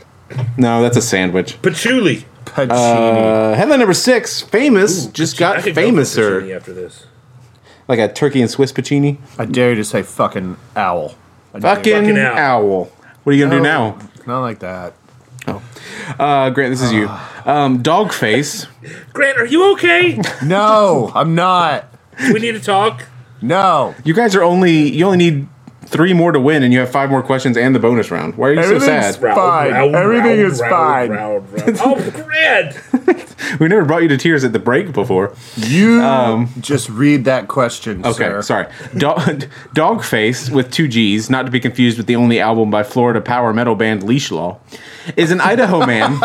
Speaker 1: No, that's a sandwich.
Speaker 2: Patchouli.
Speaker 3: Pacini.
Speaker 1: Uh, headline number six: Famous just got
Speaker 2: could go for
Speaker 1: famouser,
Speaker 2: Pacini after this.
Speaker 1: like a turkey and Swiss Pacini.
Speaker 3: I dare you to say fucking owl. I dare you.
Speaker 1: Fucking,
Speaker 2: Fucking owl.
Speaker 1: owl. What are you gonna do now?
Speaker 3: Not like that.
Speaker 1: Uh, Grant, this is you.
Speaker 2: Ah.
Speaker 1: Um, Dogface.
Speaker 2: Grant, are you okay?
Speaker 3: No, I'm not.
Speaker 2: Do we need to talk?
Speaker 3: No.
Speaker 1: You guys are only you only need three more to win, and you have five more questions and the bonus round. Why are you so
Speaker 3: Everything's-
Speaker 1: sad?
Speaker 3: Fine. Everything is fine.
Speaker 2: round, round. Oh, Grant.
Speaker 1: We never brought you to tears at the break before.
Speaker 3: You just read that question,
Speaker 1: Um, Okay,
Speaker 3: sir.
Speaker 1: sorry. Dog, *laughs* Dogface with two G's, not to be confused with the only album by Florida power metal band Leash Law, is an *laughs* Idaho man.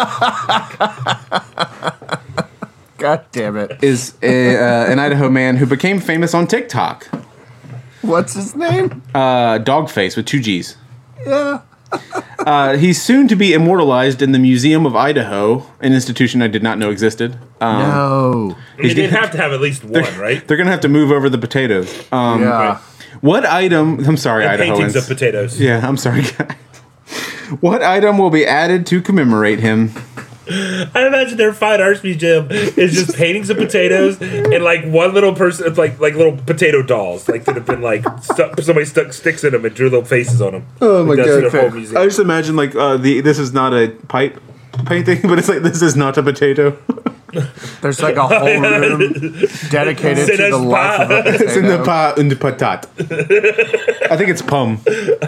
Speaker 3: God damn it.
Speaker 1: is a, uh, an Idaho man who became famous on TikTok.
Speaker 3: What's his name?
Speaker 1: Uh, Dogface with two G's.
Speaker 3: Yeah.
Speaker 1: Uh, he's soon to be immortalized in the Museum of Idaho, an institution I did not know existed. Um,
Speaker 3: No.
Speaker 2: I mean, they'd have to have at least one, right?
Speaker 1: They're gonna have to move over the potatoes. Um,
Speaker 3: yeah.
Speaker 1: What item? I'm sorry,
Speaker 2: And paintings
Speaker 1: Idahoans.
Speaker 2: of potatoes.
Speaker 1: yeah, I'm sorry, *laughs* guys. What item will be added to commemorate him?
Speaker 2: I imagine their fine arts museum is just paintings of potatoes and like one little person, it's like like little potato dolls, like that have been like stuck, somebody stuck sticks in them and drew little faces on them.
Speaker 1: Oh my
Speaker 2: That's
Speaker 1: god!
Speaker 2: their whole
Speaker 1: I
Speaker 2: museum.
Speaker 1: just imagine like uh, the this is not a pipe painting, *laughs* but it's like this is not a
Speaker 2: *laughs*
Speaker 1: potato.
Speaker 3: There's like a whole room dedicated
Speaker 2: Sit
Speaker 3: to the
Speaker 2: us
Speaker 3: life of a potato.
Speaker 1: It's in the pa in the patat. I think it's *laughs*
Speaker 2: *laughs*
Speaker 1: pum.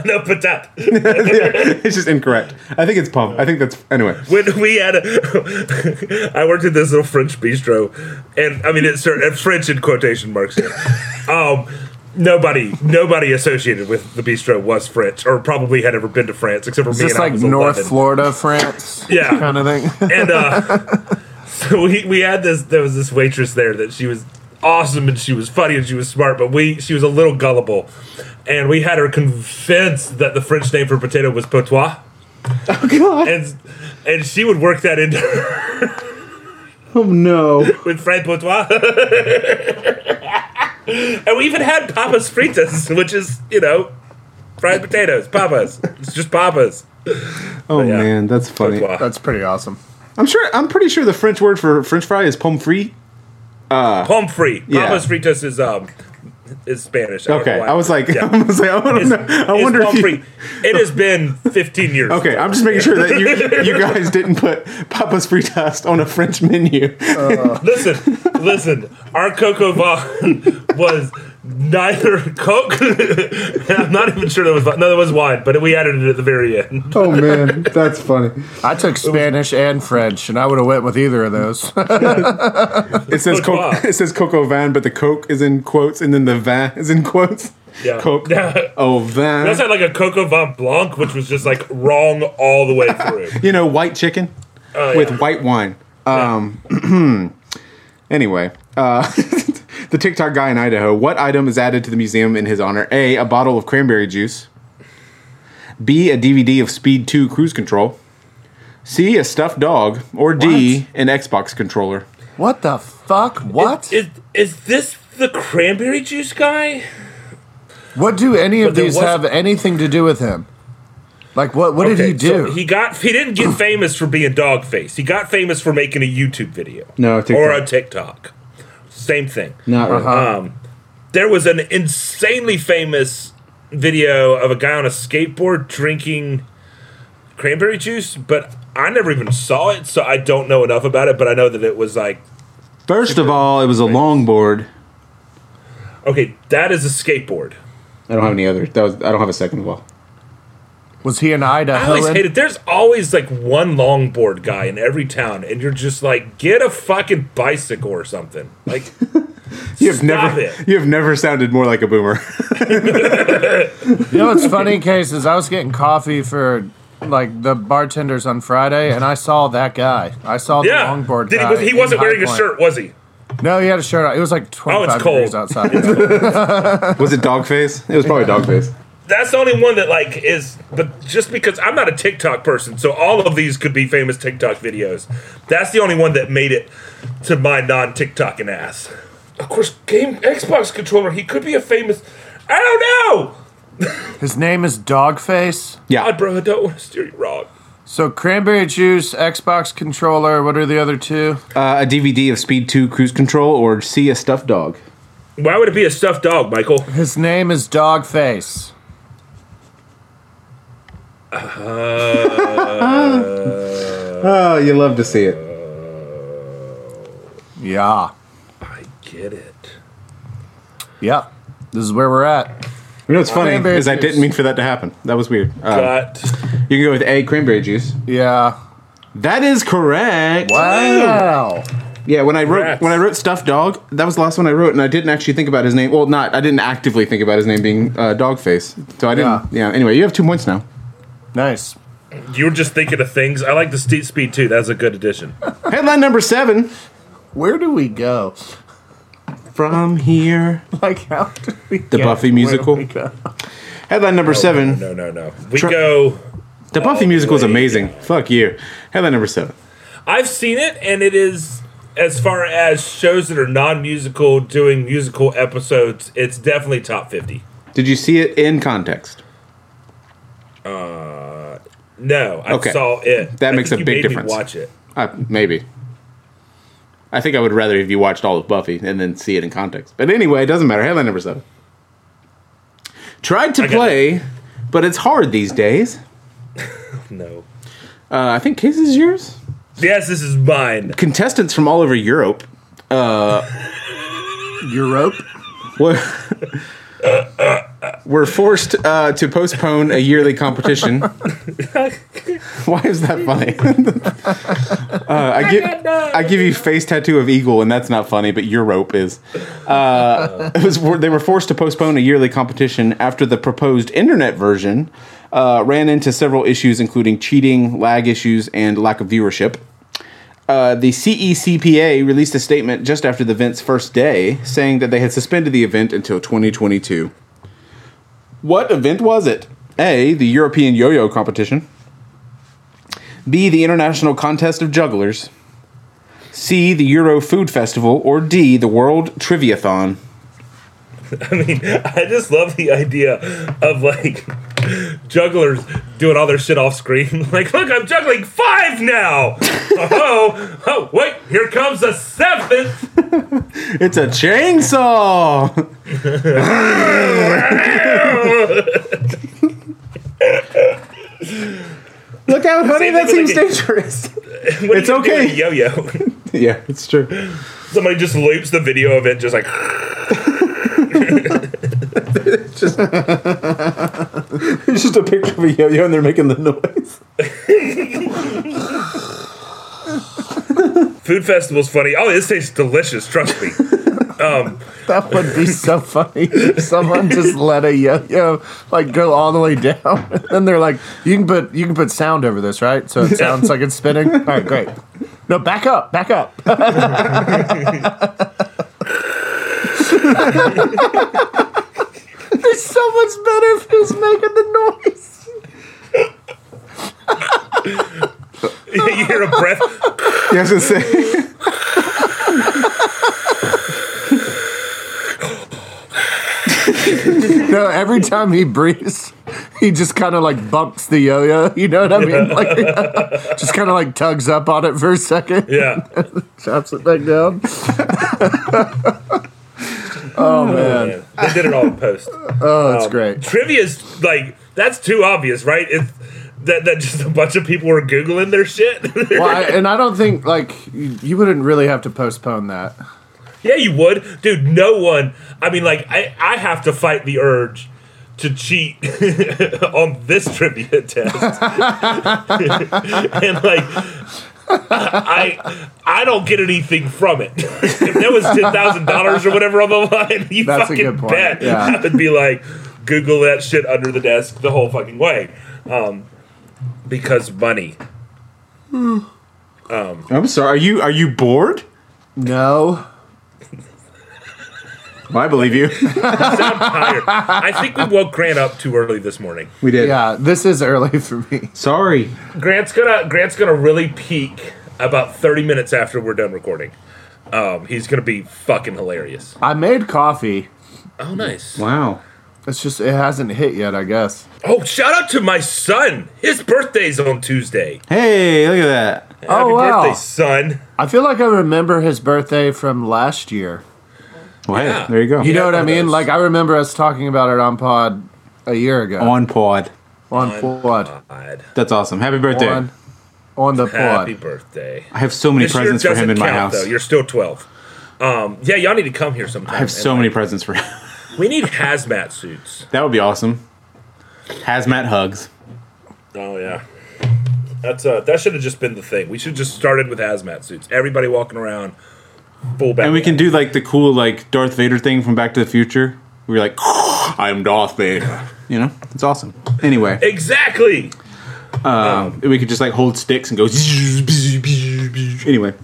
Speaker 2: no, potato.
Speaker 1: It's just incorrect. I think it's pum. I think that's anyway.
Speaker 2: when we had a, *laughs* I worked at this little French bistro, and I mean it's certain and French in quotation marks.
Speaker 3: *laughs*
Speaker 2: Here. Um, nobody, nobody associated with the bistro was French, or probably had ever been to France, except for
Speaker 3: Is
Speaker 2: me.
Speaker 3: this
Speaker 2: and I
Speaker 3: like
Speaker 2: was
Speaker 3: North
Speaker 2: 11.
Speaker 3: Florida, France?
Speaker 2: Yeah.
Speaker 3: Kind of thing.
Speaker 2: and uh, *laughs* so we we had this. There was this waitress there that she was awesome and she was funny and she was smart, but we she was a little gullible, and we had her convinced that the French name for potato was potois,
Speaker 1: Oh god!
Speaker 2: and and she would work that into
Speaker 1: Oh no!
Speaker 2: with fried potois. *laughs* and we even had papas fritas, which is, you know, fried potatoes, papas. It's just papas.
Speaker 1: Oh
Speaker 2: yeah.
Speaker 1: man, that's funny.
Speaker 2: Potois.
Speaker 3: *laughs* That's pretty awesome.
Speaker 1: I'm sure. I'm pretty sure the French word for French fry is pomme frite.
Speaker 2: Pomfrey.
Speaker 1: Yeah.
Speaker 2: Papas fritas is um is Spanish. I don't know
Speaker 1: Okay,
Speaker 2: why.
Speaker 1: I was like, *laughs*
Speaker 2: Yeah.
Speaker 1: I was like, I don't
Speaker 2: It's-
Speaker 1: know. I
Speaker 2: it's
Speaker 1: wonder if you,
Speaker 2: pomfrey. it has been 15 years.
Speaker 1: Okay, I'm just making sure that you you guys didn't put Papa's fritas on a French
Speaker 2: *laughs*
Speaker 1: menu.
Speaker 2: Listen, listen. Our Coco Vaughn *laughs* was neither Coke. *laughs* I'm not even sure there was no, there was wine, but we added it at the very end.
Speaker 1: oh man, that's funny.
Speaker 3: I took Spanish and French, and I would have went with either of those. *laughs*
Speaker 1: It says co- *laughs*
Speaker 2: Cocoa.
Speaker 1: it says cocoa van, but the coke is in quotes, and then the van is in quotes.
Speaker 2: Yeah.
Speaker 1: Coke. Oh van.
Speaker 2: That's not like a Coco Von Blanc, which was just like wrong all the way through.
Speaker 1: *laughs* you know, white chicken
Speaker 2: Oh,
Speaker 1: with
Speaker 2: yeah.
Speaker 1: white wine. Um, *clears throat* anyway, uh, *laughs* the TikTok guy in Idaho. What item is added to the museum in his honor? A. A bottle of cranberry juice. B. A DVD of Speed Two Cruise Control. C. A stuffed dog. Or D. An Xbox controller.
Speaker 3: what the fuck? What?
Speaker 2: Is is this the cranberry juice guy?
Speaker 3: what do any of
Speaker 2: But there
Speaker 3: these
Speaker 2: was-
Speaker 3: have anything to do with him? Like what? What did he do?
Speaker 2: he got he didn't get famous for being dog faced. He got famous for making a YouTube video.
Speaker 1: No, TikTok.
Speaker 2: Or a TikTok. Same thing.
Speaker 1: Not really.
Speaker 2: Uh-huh.
Speaker 3: Uh-huh.
Speaker 2: um, There was an insanely famous video of a guy on a skateboard drinking cranberry juice, but I never even saw it, so I don't know enough about it, but I know that it was like
Speaker 1: First of all, it was a longboard.
Speaker 2: Okay, that is a skateboard.
Speaker 1: I don't have any other. That was, I don't have a second of all.
Speaker 3: Was he an
Speaker 2: I always
Speaker 3: Idahoan?
Speaker 2: hate it. There's always like one longboard guy in every town, and you're just like, get a fucking bicycle or something. Like,
Speaker 1: You have
Speaker 2: Stop
Speaker 1: never. *laughs*
Speaker 2: it.
Speaker 1: You have never sounded more like a boomer.
Speaker 3: You
Speaker 2: *laughs*
Speaker 3: know what's funny, Case, is I was getting coffee for like the bartenders on Friday, and I saw that guy. I saw the
Speaker 2: yeah,
Speaker 3: longboard
Speaker 2: Did he,
Speaker 3: guy.
Speaker 2: was, he
Speaker 3: in
Speaker 2: wasn't
Speaker 3: High
Speaker 2: wearing a
Speaker 3: Point.
Speaker 2: shirt, was he?
Speaker 3: No, he had a shirt on. It was like 25 degrees
Speaker 2: cold.
Speaker 1: *laughs*
Speaker 3: outside.
Speaker 1: was it Dogface? It was probably Dogface.
Speaker 2: That's the only one that like is, but just because I'm not a TikTok person, so all of these could be famous TikTok videos. That's the only one that made it to my non-TikToking ass. Of course, game Xbox controller. He could be a famous. I don't know.
Speaker 3: His name is Dogface.
Speaker 1: *laughs* Yeah.
Speaker 2: God, bro, I don't want to steer you wrong.
Speaker 3: So cranberry juice, Xbox controller. What are the other two?
Speaker 1: Uh, a DVD of Speed 2 Cruise Control or see a stuffed dog.
Speaker 2: Why would it be a stuffed dog, Michael?
Speaker 3: His name is Dogface.
Speaker 1: Oh, you love to see it.
Speaker 3: Yeah.
Speaker 2: I get it.
Speaker 3: Yep. This is where we're at.
Speaker 1: You know what's funny
Speaker 3: Cranberry
Speaker 1: is I
Speaker 3: juice.
Speaker 1: didn't mean for that to happen. That was weird.
Speaker 3: Um,
Speaker 1: Uh,
Speaker 2: But
Speaker 1: you can go with A, cranberry juice.
Speaker 3: Yeah.
Speaker 1: That is correct.
Speaker 3: Wow.
Speaker 1: Yeah, when I wrote
Speaker 2: Congrats.
Speaker 1: when I wrote stuffed dog, that was the last one I wrote, and I didn't actually think about his name. Well, not I didn't actively think about his name being uh, Dogface. So I didn't. Yeah. Anyway, you have two points *laughs* now.
Speaker 3: Nice.
Speaker 2: you were just thinking of things. I like the Ste speed too. That's a good addition.
Speaker 1: Headline number seven.
Speaker 3: Where do we go? *laughs*
Speaker 1: From here,
Speaker 3: Like how do we
Speaker 1: The Buffy
Speaker 2: Oh
Speaker 1: musical? headline number seven.
Speaker 2: No, no, no. We
Speaker 1: Try-
Speaker 2: go.
Speaker 1: The Buffy
Speaker 2: the
Speaker 1: musical is
Speaker 2: way
Speaker 1: amazing. Fuck you. Headline number seven.
Speaker 2: I've seen it, and it is as far as shows that are non-musical doing musical episodes. It's definitely top fifty.
Speaker 1: Did you see it in context?
Speaker 2: No, I
Speaker 1: Okay.
Speaker 2: saw it.
Speaker 1: That
Speaker 2: I
Speaker 1: makes
Speaker 2: think
Speaker 1: a
Speaker 2: you
Speaker 1: big
Speaker 2: made me
Speaker 1: difference.
Speaker 2: watch it.
Speaker 1: Uh, maybe. I think I would rather if you watched all of Buffy and then see it in context. But anyway, it doesn't matter. Headline number seven. Tried to
Speaker 2: got
Speaker 1: play, but it's hard these days.
Speaker 2: No.
Speaker 1: Uh, I think Case is yours.
Speaker 2: Yes, this is mine. *laughs*
Speaker 1: Contestants from all over Europe
Speaker 3: Europe?
Speaker 1: were, were forced uh, to postpone a yearly competition. Why is that funny? *laughs* uh, I, give, I give you face tattoo of eagle, and that's not funny, but Europe is. Uh, it was, they were forced to postpone a yearly competition after the proposed internet version uh, ran into several issues, including cheating, lag issues, and lack of viewership. Uh, the CECPA released a statement just after the event's first day saying that they had suspended the event until 2022. What event was it? A. The European Yo Yo competition. B. The International Contest of Jugglers. C. The Euro Food Festival. Or D. The World Triviathon.
Speaker 2: I mean, I just love the idea of like jugglers doing all their shit off screen. *laughs* Like, look, I'm juggling five now.
Speaker 1: *laughs*
Speaker 2: oh, oh, wait, here comes the seventh.
Speaker 1: It's a chainsaw! Look out, honey, that seems dangerous.
Speaker 2: What are
Speaker 1: It's
Speaker 2: you
Speaker 1: okay.
Speaker 2: doing, yo-yo.
Speaker 1: *laughs*
Speaker 2: *laughs*
Speaker 1: yeah, it's true.
Speaker 2: Somebody just loops the video of it, just like *laughs*
Speaker 1: It's just a picture of a yo-yo and they're making the noise.
Speaker 2: food festival's funny. Oh, this tastes delicious. Trust me. Um,
Speaker 3: That would be so funny if someone just let a yo-yo like go all the way down, *laughs* and then they're like, "You can put you can put sound over this, right? So it sounds like it's spinning." All right, great. No, back up, back up. *laughs* it's so much better if he was making the noise.
Speaker 2: *laughs* you hear a breath.
Speaker 1: Yeah, I was gonna say.
Speaker 3: *laughs* No, every time he breathes, he just kind of like bumps the yo-yo. You know what I mean? Like, *laughs* just kind of like tugs up on it for a second.
Speaker 2: Yeah.
Speaker 3: chops it back down. oh man,
Speaker 2: Man, they did it all in post.
Speaker 3: oh that's great.
Speaker 2: Trivia's like that's too obvious, right? It's that, that just a bunch of people were Googling their shit? *laughs*
Speaker 3: Well, I, and I don't think like you, you wouldn't really have to postpone that.
Speaker 2: yeah, you would. Dude, no one. I mean, like, I, I have to fight the urge to cheat *laughs* on this trivia test. *laughs* and, like,. I I don't get anything from it. *laughs* if there was ten thousand dollars or whatever on the line, you
Speaker 3: That's a
Speaker 2: fucking
Speaker 3: good point,
Speaker 2: bet
Speaker 3: yeah.
Speaker 2: I would be like, Google that shit under the desk the whole fucking way, um, because money.
Speaker 1: I'm sorry. Are you are you bored?
Speaker 3: No,
Speaker 1: Well, I believe you.
Speaker 2: sound tired. I think we woke Grant up too early this morning.
Speaker 1: We did.
Speaker 3: *laughs* yeah, this is early for me.
Speaker 1: Sorry.
Speaker 2: Grant's gonna Grant's gonna really peak about thirty minutes after we're done recording. Um, he's gonna be fucking hilarious.
Speaker 3: I made coffee.
Speaker 2: Oh, nice.
Speaker 1: Wow.
Speaker 3: It's just it hasn't hit yet, I guess.
Speaker 2: Oh, shout out to my son. His birthday's on Tuesday.
Speaker 1: Hey, look at that.
Speaker 2: Happy
Speaker 3: oh wow!
Speaker 2: birthday, son.
Speaker 3: I feel like I remember his birthday from last year.
Speaker 1: Well, hey,
Speaker 2: Yeah.
Speaker 1: there you go.
Speaker 3: You know what I
Speaker 2: one of
Speaker 3: mean?
Speaker 2: those.
Speaker 3: Like I remember us talking about it on pod a year ago
Speaker 1: on pod.
Speaker 3: on pod
Speaker 2: God.
Speaker 1: That's awesome. Happy birthday.
Speaker 3: on on the
Speaker 2: Happy
Speaker 3: pod.
Speaker 2: birthday.
Speaker 1: I have so many
Speaker 2: This year
Speaker 1: presents for
Speaker 2: doesn't
Speaker 1: him in
Speaker 2: count
Speaker 1: my house.
Speaker 2: though. You're still twelve. Um, yeah, y'all need to come here sometime.
Speaker 1: I have so many presents for *laughs* him.
Speaker 2: We need hazmat suits.
Speaker 1: that would be awesome. Hazmat hugs.
Speaker 2: Oh yeah, that's uh, that should have just been the thing. We should just started with hazmat suits. Everybody walking around full back.
Speaker 1: And we can do like the cool like Darth Vader thing from Back to the Future. We're like, *laughs* I'm Darth Vader. You know, it's awesome. Anyway,
Speaker 2: exactly.
Speaker 1: we could just like hold sticks and go. Anyway,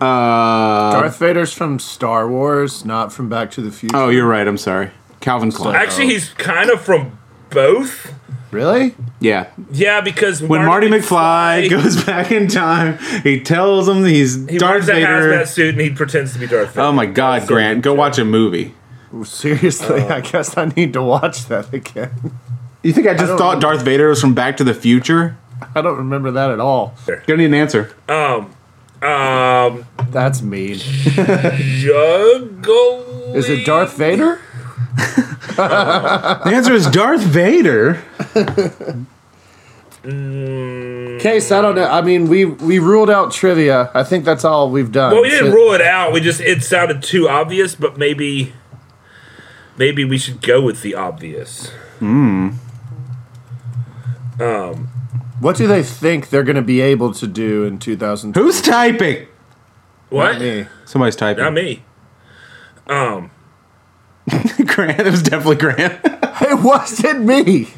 Speaker 1: uh,
Speaker 3: Darth Vader's from Star Wars, not from Back to the Future.
Speaker 1: oh, you're right. I'm sorry, Calvin Klein.
Speaker 2: Actually, he's kind of from both.
Speaker 3: really?
Speaker 1: yeah,
Speaker 2: Yeah, because
Speaker 1: when Marty
Speaker 2: *laughs*
Speaker 1: McFly goes back in time, he tells him he's
Speaker 2: he
Speaker 1: Darth
Speaker 2: wears a hazmat
Speaker 1: Vader.
Speaker 2: suit and he pretends to be Darth Vader.
Speaker 1: Oh my God, Grant, go watch a movie.
Speaker 3: Seriously, I guess I need to watch that again. *laughs*
Speaker 1: You think I just
Speaker 3: don't
Speaker 1: thought Darth Vader was from Back to the Future?
Speaker 3: I don't remember that at all.
Speaker 1: Gonna need an answer.
Speaker 2: Um,
Speaker 3: That's mean.
Speaker 2: juggle.
Speaker 3: Is it Darth Vader?
Speaker 1: The answer is Darth Vader.
Speaker 3: Case, I don't know. I mean, we we ruled out trivia. I think that's all we've done.
Speaker 2: Well, we didn't
Speaker 3: So-
Speaker 2: rule it out. We just it sounded too obvious, but maybe, maybe we should go with the obvious.
Speaker 3: What do they think they're going to be able to do in 2000?
Speaker 1: Who's typing?
Speaker 2: What?
Speaker 3: Me.
Speaker 1: Somebody's typing.
Speaker 2: Not me.
Speaker 1: *laughs* Grant. It was definitely Grant. *laughs*
Speaker 3: It wasn't me.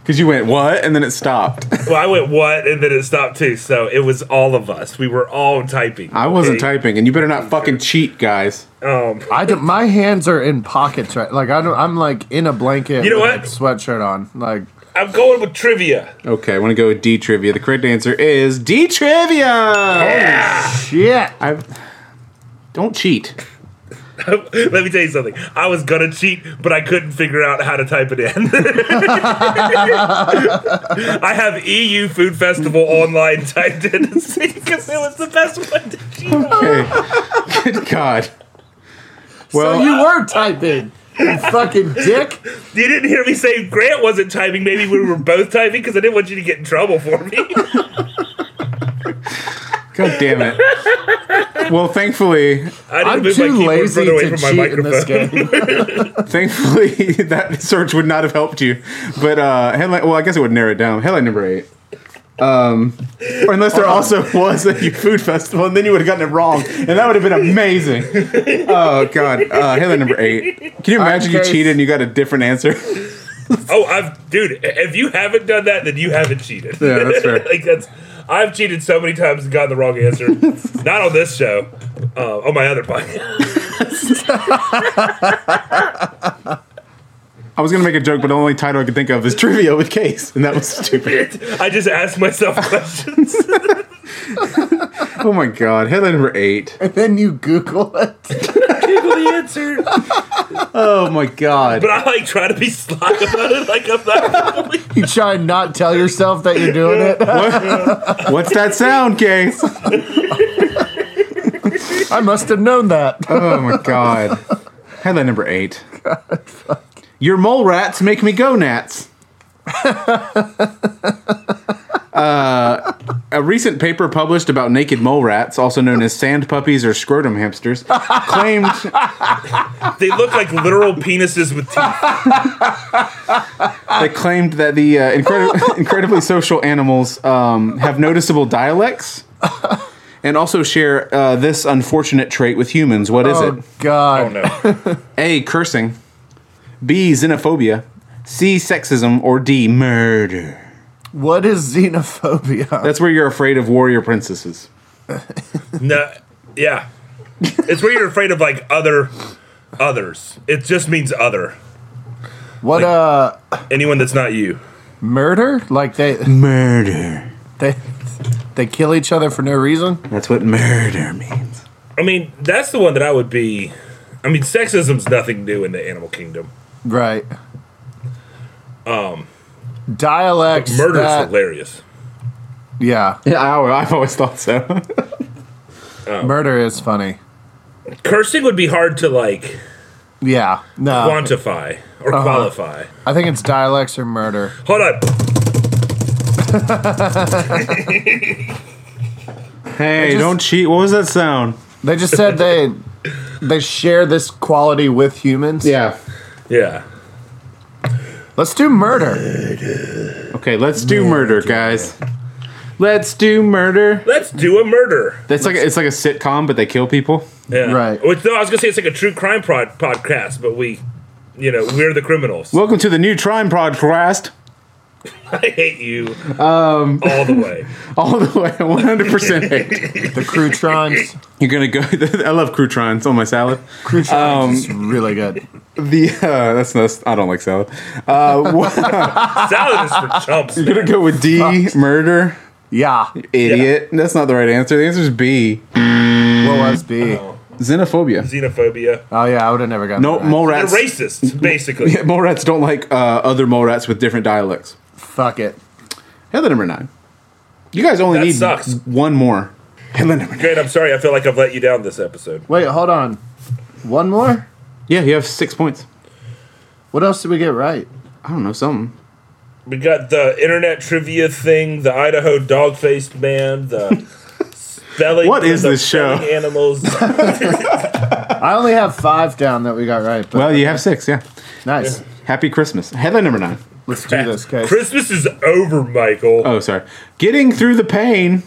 Speaker 1: Because you went, what? And then it stopped.
Speaker 2: Well, I went what, and then it stopped too. So it was all of us. We were all typing.
Speaker 1: I wasn't
Speaker 2: okay?
Speaker 1: typing, and you better not fucking cheat, guys.
Speaker 3: I don't- my hands are in pockets right. Like I don't, I'm like in a blanket.
Speaker 2: You know
Speaker 3: with
Speaker 2: what?
Speaker 3: a sweatshirt on. Like
Speaker 2: I'm going with trivia.
Speaker 1: Okay, I want to go with D trivia. The correct answer is D trivia!
Speaker 3: shit.
Speaker 1: I Don't cheat.
Speaker 2: *laughs* Let me tell you something. I was gonna cheat, but I couldn't figure out how to type it in. *laughs* I have EU Food Festival online typed in because it was the best one to cheat. on.
Speaker 1: Okay. *laughs* Good God. Well,
Speaker 3: so you were typing. You fucking
Speaker 2: *laughs*
Speaker 3: dick.
Speaker 2: You didn't hear me say Grant wasn't typing. Maybe we were both typing because I didn't want you to get in trouble for me. *laughs*
Speaker 1: God damn it. *laughs* Well, thankfully,
Speaker 2: I didn't
Speaker 3: I'm
Speaker 2: move my
Speaker 3: too
Speaker 2: keyboard
Speaker 3: lazy
Speaker 2: further away
Speaker 3: to
Speaker 2: from my
Speaker 3: cheat in this
Speaker 2: microphone. *laughs*
Speaker 3: game.
Speaker 1: thankfully *laughs* that search would not have helped you. But uh, headline, well, I guess it would narrow it down. Headline number eight. Um, or unless there also was a food festival, and then you would have gotten it wrong, and that would have been amazing. Oh God, uh, headline number eight. Can you imagine you
Speaker 3: Okay.
Speaker 1: cheated and you got a different answer? *laughs*
Speaker 2: Oh, I've dude. If you haven't done that, then you haven't cheated.
Speaker 1: Yeah, that's fair.
Speaker 2: *laughs* like that's. I've cheated so many times and gotten the wrong answer.
Speaker 3: *laughs*
Speaker 2: Not on this show, uh, on my other podcast.
Speaker 1: I was gonna make a joke, but the only title I could think of is trivia with Case, and that was stupid.
Speaker 2: I just ask myself *laughs* questions.
Speaker 1: Oh my God, headline number eight.
Speaker 3: And then you Google it.
Speaker 2: Google the answer.
Speaker 1: Oh my God.
Speaker 2: But I like try to be sly about it. Like I'm not.
Speaker 3: You try and not tell yourself that you're doing it.
Speaker 1: What's that sound, Case?
Speaker 3: I must have known that.
Speaker 1: Oh my god. Headline number eight. *laughs* Your mole rats make me go gnats. Uh, A recent paper published about naked mole rats, also known as sand puppies or scrotum hamsters, claimed
Speaker 2: They look like literal penises with teeth.
Speaker 1: they claimed that the uh, incredi- *laughs* incredibly social animals um, have noticeable dialects and also share uh, this unfortunate trait with humans. What is
Speaker 3: Oh
Speaker 1: it?
Speaker 2: Oh
Speaker 3: God!
Speaker 2: no.
Speaker 1: A. Cursing. B. Xenophobia. C. Sexism. Or D. Murder.
Speaker 3: What is xenophobia?
Speaker 1: That's where you're afraid of warrior princesses.
Speaker 2: No. Yeah. It's where you're afraid of like other others. It just means other.
Speaker 3: What uh
Speaker 2: Anyone that's not you.
Speaker 3: murder? Like they
Speaker 1: Murder.
Speaker 3: they they kill each other for no reason?
Speaker 1: That's what murder means.
Speaker 2: I mean, that's the one that I would be. I mean, sexism's nothing new in the animal kingdom.
Speaker 3: Right. Um dialects
Speaker 2: Murder's
Speaker 3: that-
Speaker 2: hilarious.
Speaker 3: Yeah.
Speaker 1: Yeah, I, I've always thought so.
Speaker 3: Murder is funny.
Speaker 2: Cursing would be hard to like
Speaker 3: Yeah. No.
Speaker 2: quantify or qualify.
Speaker 3: I think it's dialects or murder.
Speaker 2: Hold on.
Speaker 1: *laughs* Hey,
Speaker 3: just-
Speaker 1: don't cheat. What was that sound?
Speaker 3: They just said they they share this quality with humans.
Speaker 1: Yeah.
Speaker 2: Yeah.
Speaker 3: Let's do murder.
Speaker 1: Okay, let's do murder, guys. Let's do murder.
Speaker 2: Let's do a murder.
Speaker 1: That's like it's like a sitcom, but they kill people.
Speaker 2: Yeah.
Speaker 3: Right.
Speaker 2: Which, no, I was gonna say it's like a true crime prod- podcast, but we, you know, we're the criminals.
Speaker 1: Welcome to the new Trime podcast.
Speaker 2: *laughs* I hate you
Speaker 1: Um.
Speaker 2: all the
Speaker 1: *laughs*
Speaker 2: way.
Speaker 1: All the way, one hundred percent hate.
Speaker 3: The
Speaker 1: *laughs*
Speaker 3: croutons.
Speaker 1: You're gonna go. I love croutons on my salad.
Speaker 3: croutons is really good.
Speaker 1: The uh, that's not. I don't like salad. Uh, *laughs* what,
Speaker 2: Salad is for chumps.
Speaker 1: you're gonna
Speaker 2: man.
Speaker 1: go with D murder,
Speaker 3: Yeah.
Speaker 1: idiot. That's not the right answer. The answer is B
Speaker 3: What was B?
Speaker 1: xenophobia.
Speaker 2: Xenophobia.
Speaker 3: Oh yeah, I would have never gotten
Speaker 1: Oh. No
Speaker 3: that right.
Speaker 1: mole
Speaker 2: They're
Speaker 1: rats.
Speaker 2: racist, basically.
Speaker 1: *laughs* Mole rats don't like uh, other mole rats with different dialects.
Speaker 3: Fuck it.
Speaker 1: Headline number nine. You guys only
Speaker 2: That
Speaker 1: need
Speaker 2: sucks.
Speaker 1: one more. Headline number nine.
Speaker 2: Great. I'm sorry. I feel like I've let you down this episode.
Speaker 3: Wait, hold on. One more?
Speaker 1: Yeah, you have six points.
Speaker 3: What else did we get right?
Speaker 1: I don't know something.
Speaker 2: We got the internet trivia thing, the Idaho dog faced man, the spelling.
Speaker 1: What is
Speaker 2: the
Speaker 1: this show? *laughs*
Speaker 2: spelling Animals.
Speaker 3: I only have five down that we got right, but
Speaker 1: Well, you have six. Yeah.
Speaker 3: nice.
Speaker 1: Happy Christmas. Headline number nine.
Speaker 3: Let's do this, case.
Speaker 2: Christmas is over, Michael.
Speaker 1: Oh, sorry. Getting through the pain.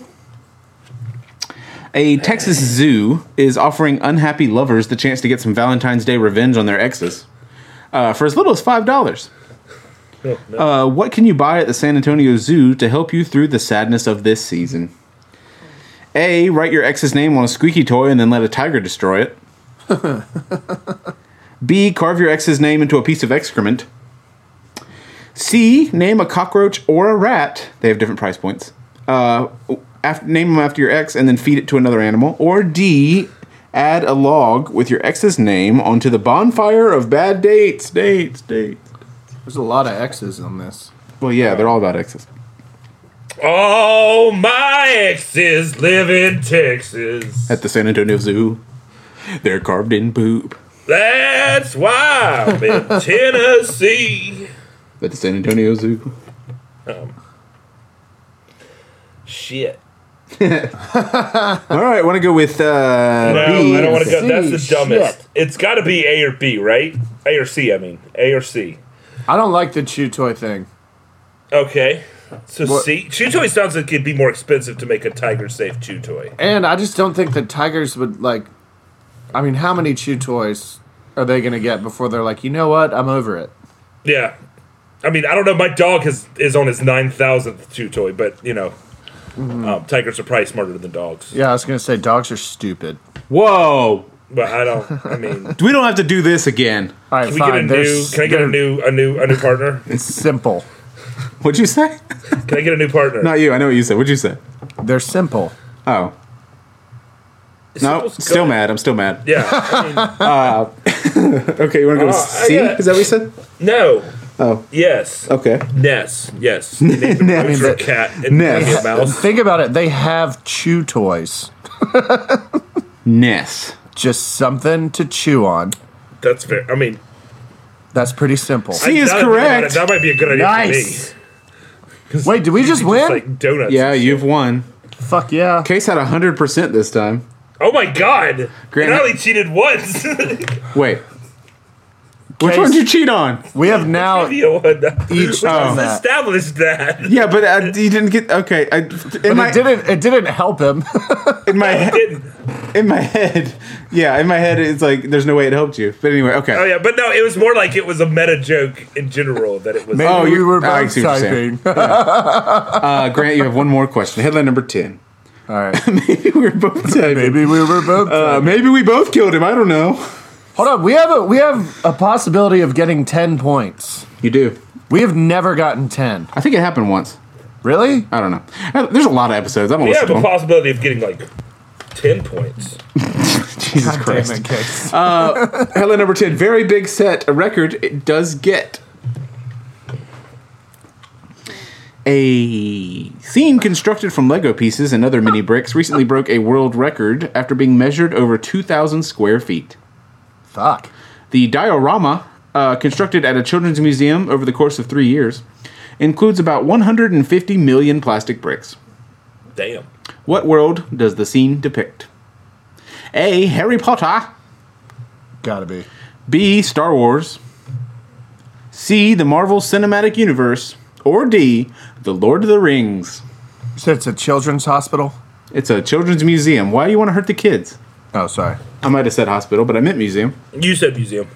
Speaker 1: A Texas zoo is offering unhappy lovers the chance to get some Valentine's Day revenge on their exes uh, for as little as $5. Uh, what can you buy at the San Antonio Zoo to help you through the sadness of this season? A. Write your ex's name on a squeaky toy and then let a tiger destroy it. *laughs* B. Carve your ex's name into a piece of excrement. C. Name a cockroach or a rat. They have different price points. Uh, af name them after your ex and then feed it to another animal. Or D. Add a log with your ex's name onto the bonfire of bad dates. Dates, dates.
Speaker 3: There's a lot of X's on this.
Speaker 1: Well, yeah, they're all about exes.
Speaker 2: All my exes live in Texas.
Speaker 1: At the San Antonio Zoo, they're carved in poop.
Speaker 2: That's why I'm in
Speaker 3: *laughs*
Speaker 2: Tennessee.
Speaker 1: At the San Antonio Zoo.
Speaker 2: Shit.
Speaker 1: All right, want to go with uh,
Speaker 2: No,
Speaker 1: B.
Speaker 2: I don't want to go.
Speaker 3: C,
Speaker 2: That's the dumbest.
Speaker 3: shit.
Speaker 2: It's got to be A or B, right? A or C, I mean. A or C.
Speaker 3: I don't like the chew toy thing.
Speaker 2: Okay. So
Speaker 3: What-
Speaker 2: C. Chew toy sounds like it'd be more expensive to make a tiger safe chew toy.
Speaker 3: And I just don't think that tigers would like I mean, how many chew toys are they gonna get before they're like, you know what, I'm over it.
Speaker 2: Yeah. I mean, I don't know. My dog has, is on his 9,000th chew toy, but, you know,
Speaker 3: Mm-hmm.
Speaker 2: um, tigers are probably smarter than dogs.
Speaker 3: Yeah, I was gonna say dogs are stupid.
Speaker 1: Whoa,
Speaker 2: But I don't, I mean, can
Speaker 1: we don't have to do this again.
Speaker 3: All right,
Speaker 2: we
Speaker 3: fine.
Speaker 2: get a
Speaker 3: they're
Speaker 2: new,
Speaker 3: s-
Speaker 2: can I get a
Speaker 3: they're
Speaker 2: new, a new, a new partner?
Speaker 3: simple.
Speaker 1: What'd you say? *laughs*
Speaker 2: Can I get a new partner?
Speaker 1: Not you. I know what you said. What'd you say?
Speaker 3: They're simple.
Speaker 1: Oh, no,
Speaker 2: Simple's
Speaker 1: still
Speaker 2: good.
Speaker 1: mad. I'm still mad. Uh,
Speaker 2: Yeah.
Speaker 1: *laughs*
Speaker 2: I mean, Uh,
Speaker 1: Okay, you want to go with
Speaker 2: I
Speaker 1: C?
Speaker 2: got-
Speaker 1: Is that what you said?
Speaker 2: no.
Speaker 1: Oh,
Speaker 2: Yes.
Speaker 1: okay.
Speaker 2: Ness. Yes. You named a
Speaker 1: Ness.
Speaker 2: rooster, a cat, and
Speaker 1: Ness.
Speaker 2: maybe a mouse.
Speaker 3: Think about it, they have chew toys.
Speaker 1: Ness.
Speaker 3: Just something to chew on.
Speaker 2: That's fair. I mean,
Speaker 3: That's pretty simple.
Speaker 1: C is
Speaker 2: now that I think about it,
Speaker 1: correct.
Speaker 2: That might be a good idea for me.
Speaker 3: Wait, did we just win?
Speaker 2: like donuts.
Speaker 1: Yeah, you've won.
Speaker 3: Fuck yeah.
Speaker 1: Case had 100% this time.
Speaker 2: Oh my god!
Speaker 1: Granted-
Speaker 2: Grant only cheated once. *laughs*
Speaker 1: Wait. Which
Speaker 3: Case-
Speaker 1: one did you cheat on?
Speaker 3: We have now
Speaker 2: Video one. *laughs*
Speaker 3: each
Speaker 1: Oh.
Speaker 3: done that.
Speaker 2: Established that.
Speaker 1: Yeah, but uh, you didn't get okay. I, in
Speaker 3: But
Speaker 1: my
Speaker 3: it didn't it didn't help him.
Speaker 1: in my
Speaker 2: I
Speaker 1: he-
Speaker 2: didn't.
Speaker 1: in my head, yeah, in my head, it's like there's no way it helped you. But anyway, okay.
Speaker 2: Oh yeah, but no, it was more like it was a meta joke in general that it was.
Speaker 3: *laughs* Maybe
Speaker 1: Oh,
Speaker 3: we
Speaker 1: you-
Speaker 3: were
Speaker 1: oh, I
Speaker 3: both
Speaker 1: see what you're saying.
Speaker 3: typing. *laughs*
Speaker 1: Uh, Grant, you have one more question. Headline number ten.
Speaker 3: All right.
Speaker 1: *laughs* maybe we're
Speaker 2: *laughs*
Speaker 1: both dead.
Speaker 3: Maybe we were both.
Speaker 1: Uh, maybe we both killed him. I don't know.
Speaker 3: Hold on, we have a we have a possibility of getting ten points.
Speaker 1: You do.
Speaker 3: We have never gotten ten.
Speaker 1: I think it happened once.
Speaker 3: Really?
Speaker 1: I don't know. Uh, There's a lot of episodes. I'm gonna
Speaker 2: we
Speaker 1: listen
Speaker 2: have
Speaker 1: to *laughs*
Speaker 2: a
Speaker 1: them.
Speaker 2: possibility of getting like ten points.
Speaker 1: Jesus
Speaker 3: God
Speaker 1: Christ.
Speaker 3: damn it, Case.
Speaker 1: Headline number ten. Very big set. A record. It does get. A scene constructed from Lego pieces and other mini bricks recently broke a world record after being measured over 2,000 square feet.
Speaker 3: Fuck.
Speaker 1: The diorama, uh, constructed at a children's museum over the course of three years, includes about 150 million plastic bricks.
Speaker 2: Damn.
Speaker 1: What world does the scene depict? A. Harry Potter.
Speaker 3: Gotta be.
Speaker 1: B. Star Wars. C. The Marvel Cinematic Universe. Or D. The Lord of the Rings.
Speaker 3: So it's a children's hospital.
Speaker 1: It's a children's museum. Why do you want to hurt the kids?
Speaker 3: Oh, sorry.
Speaker 1: I might have said hospital, but I meant museum. *laughs*
Speaker 2: You said museum.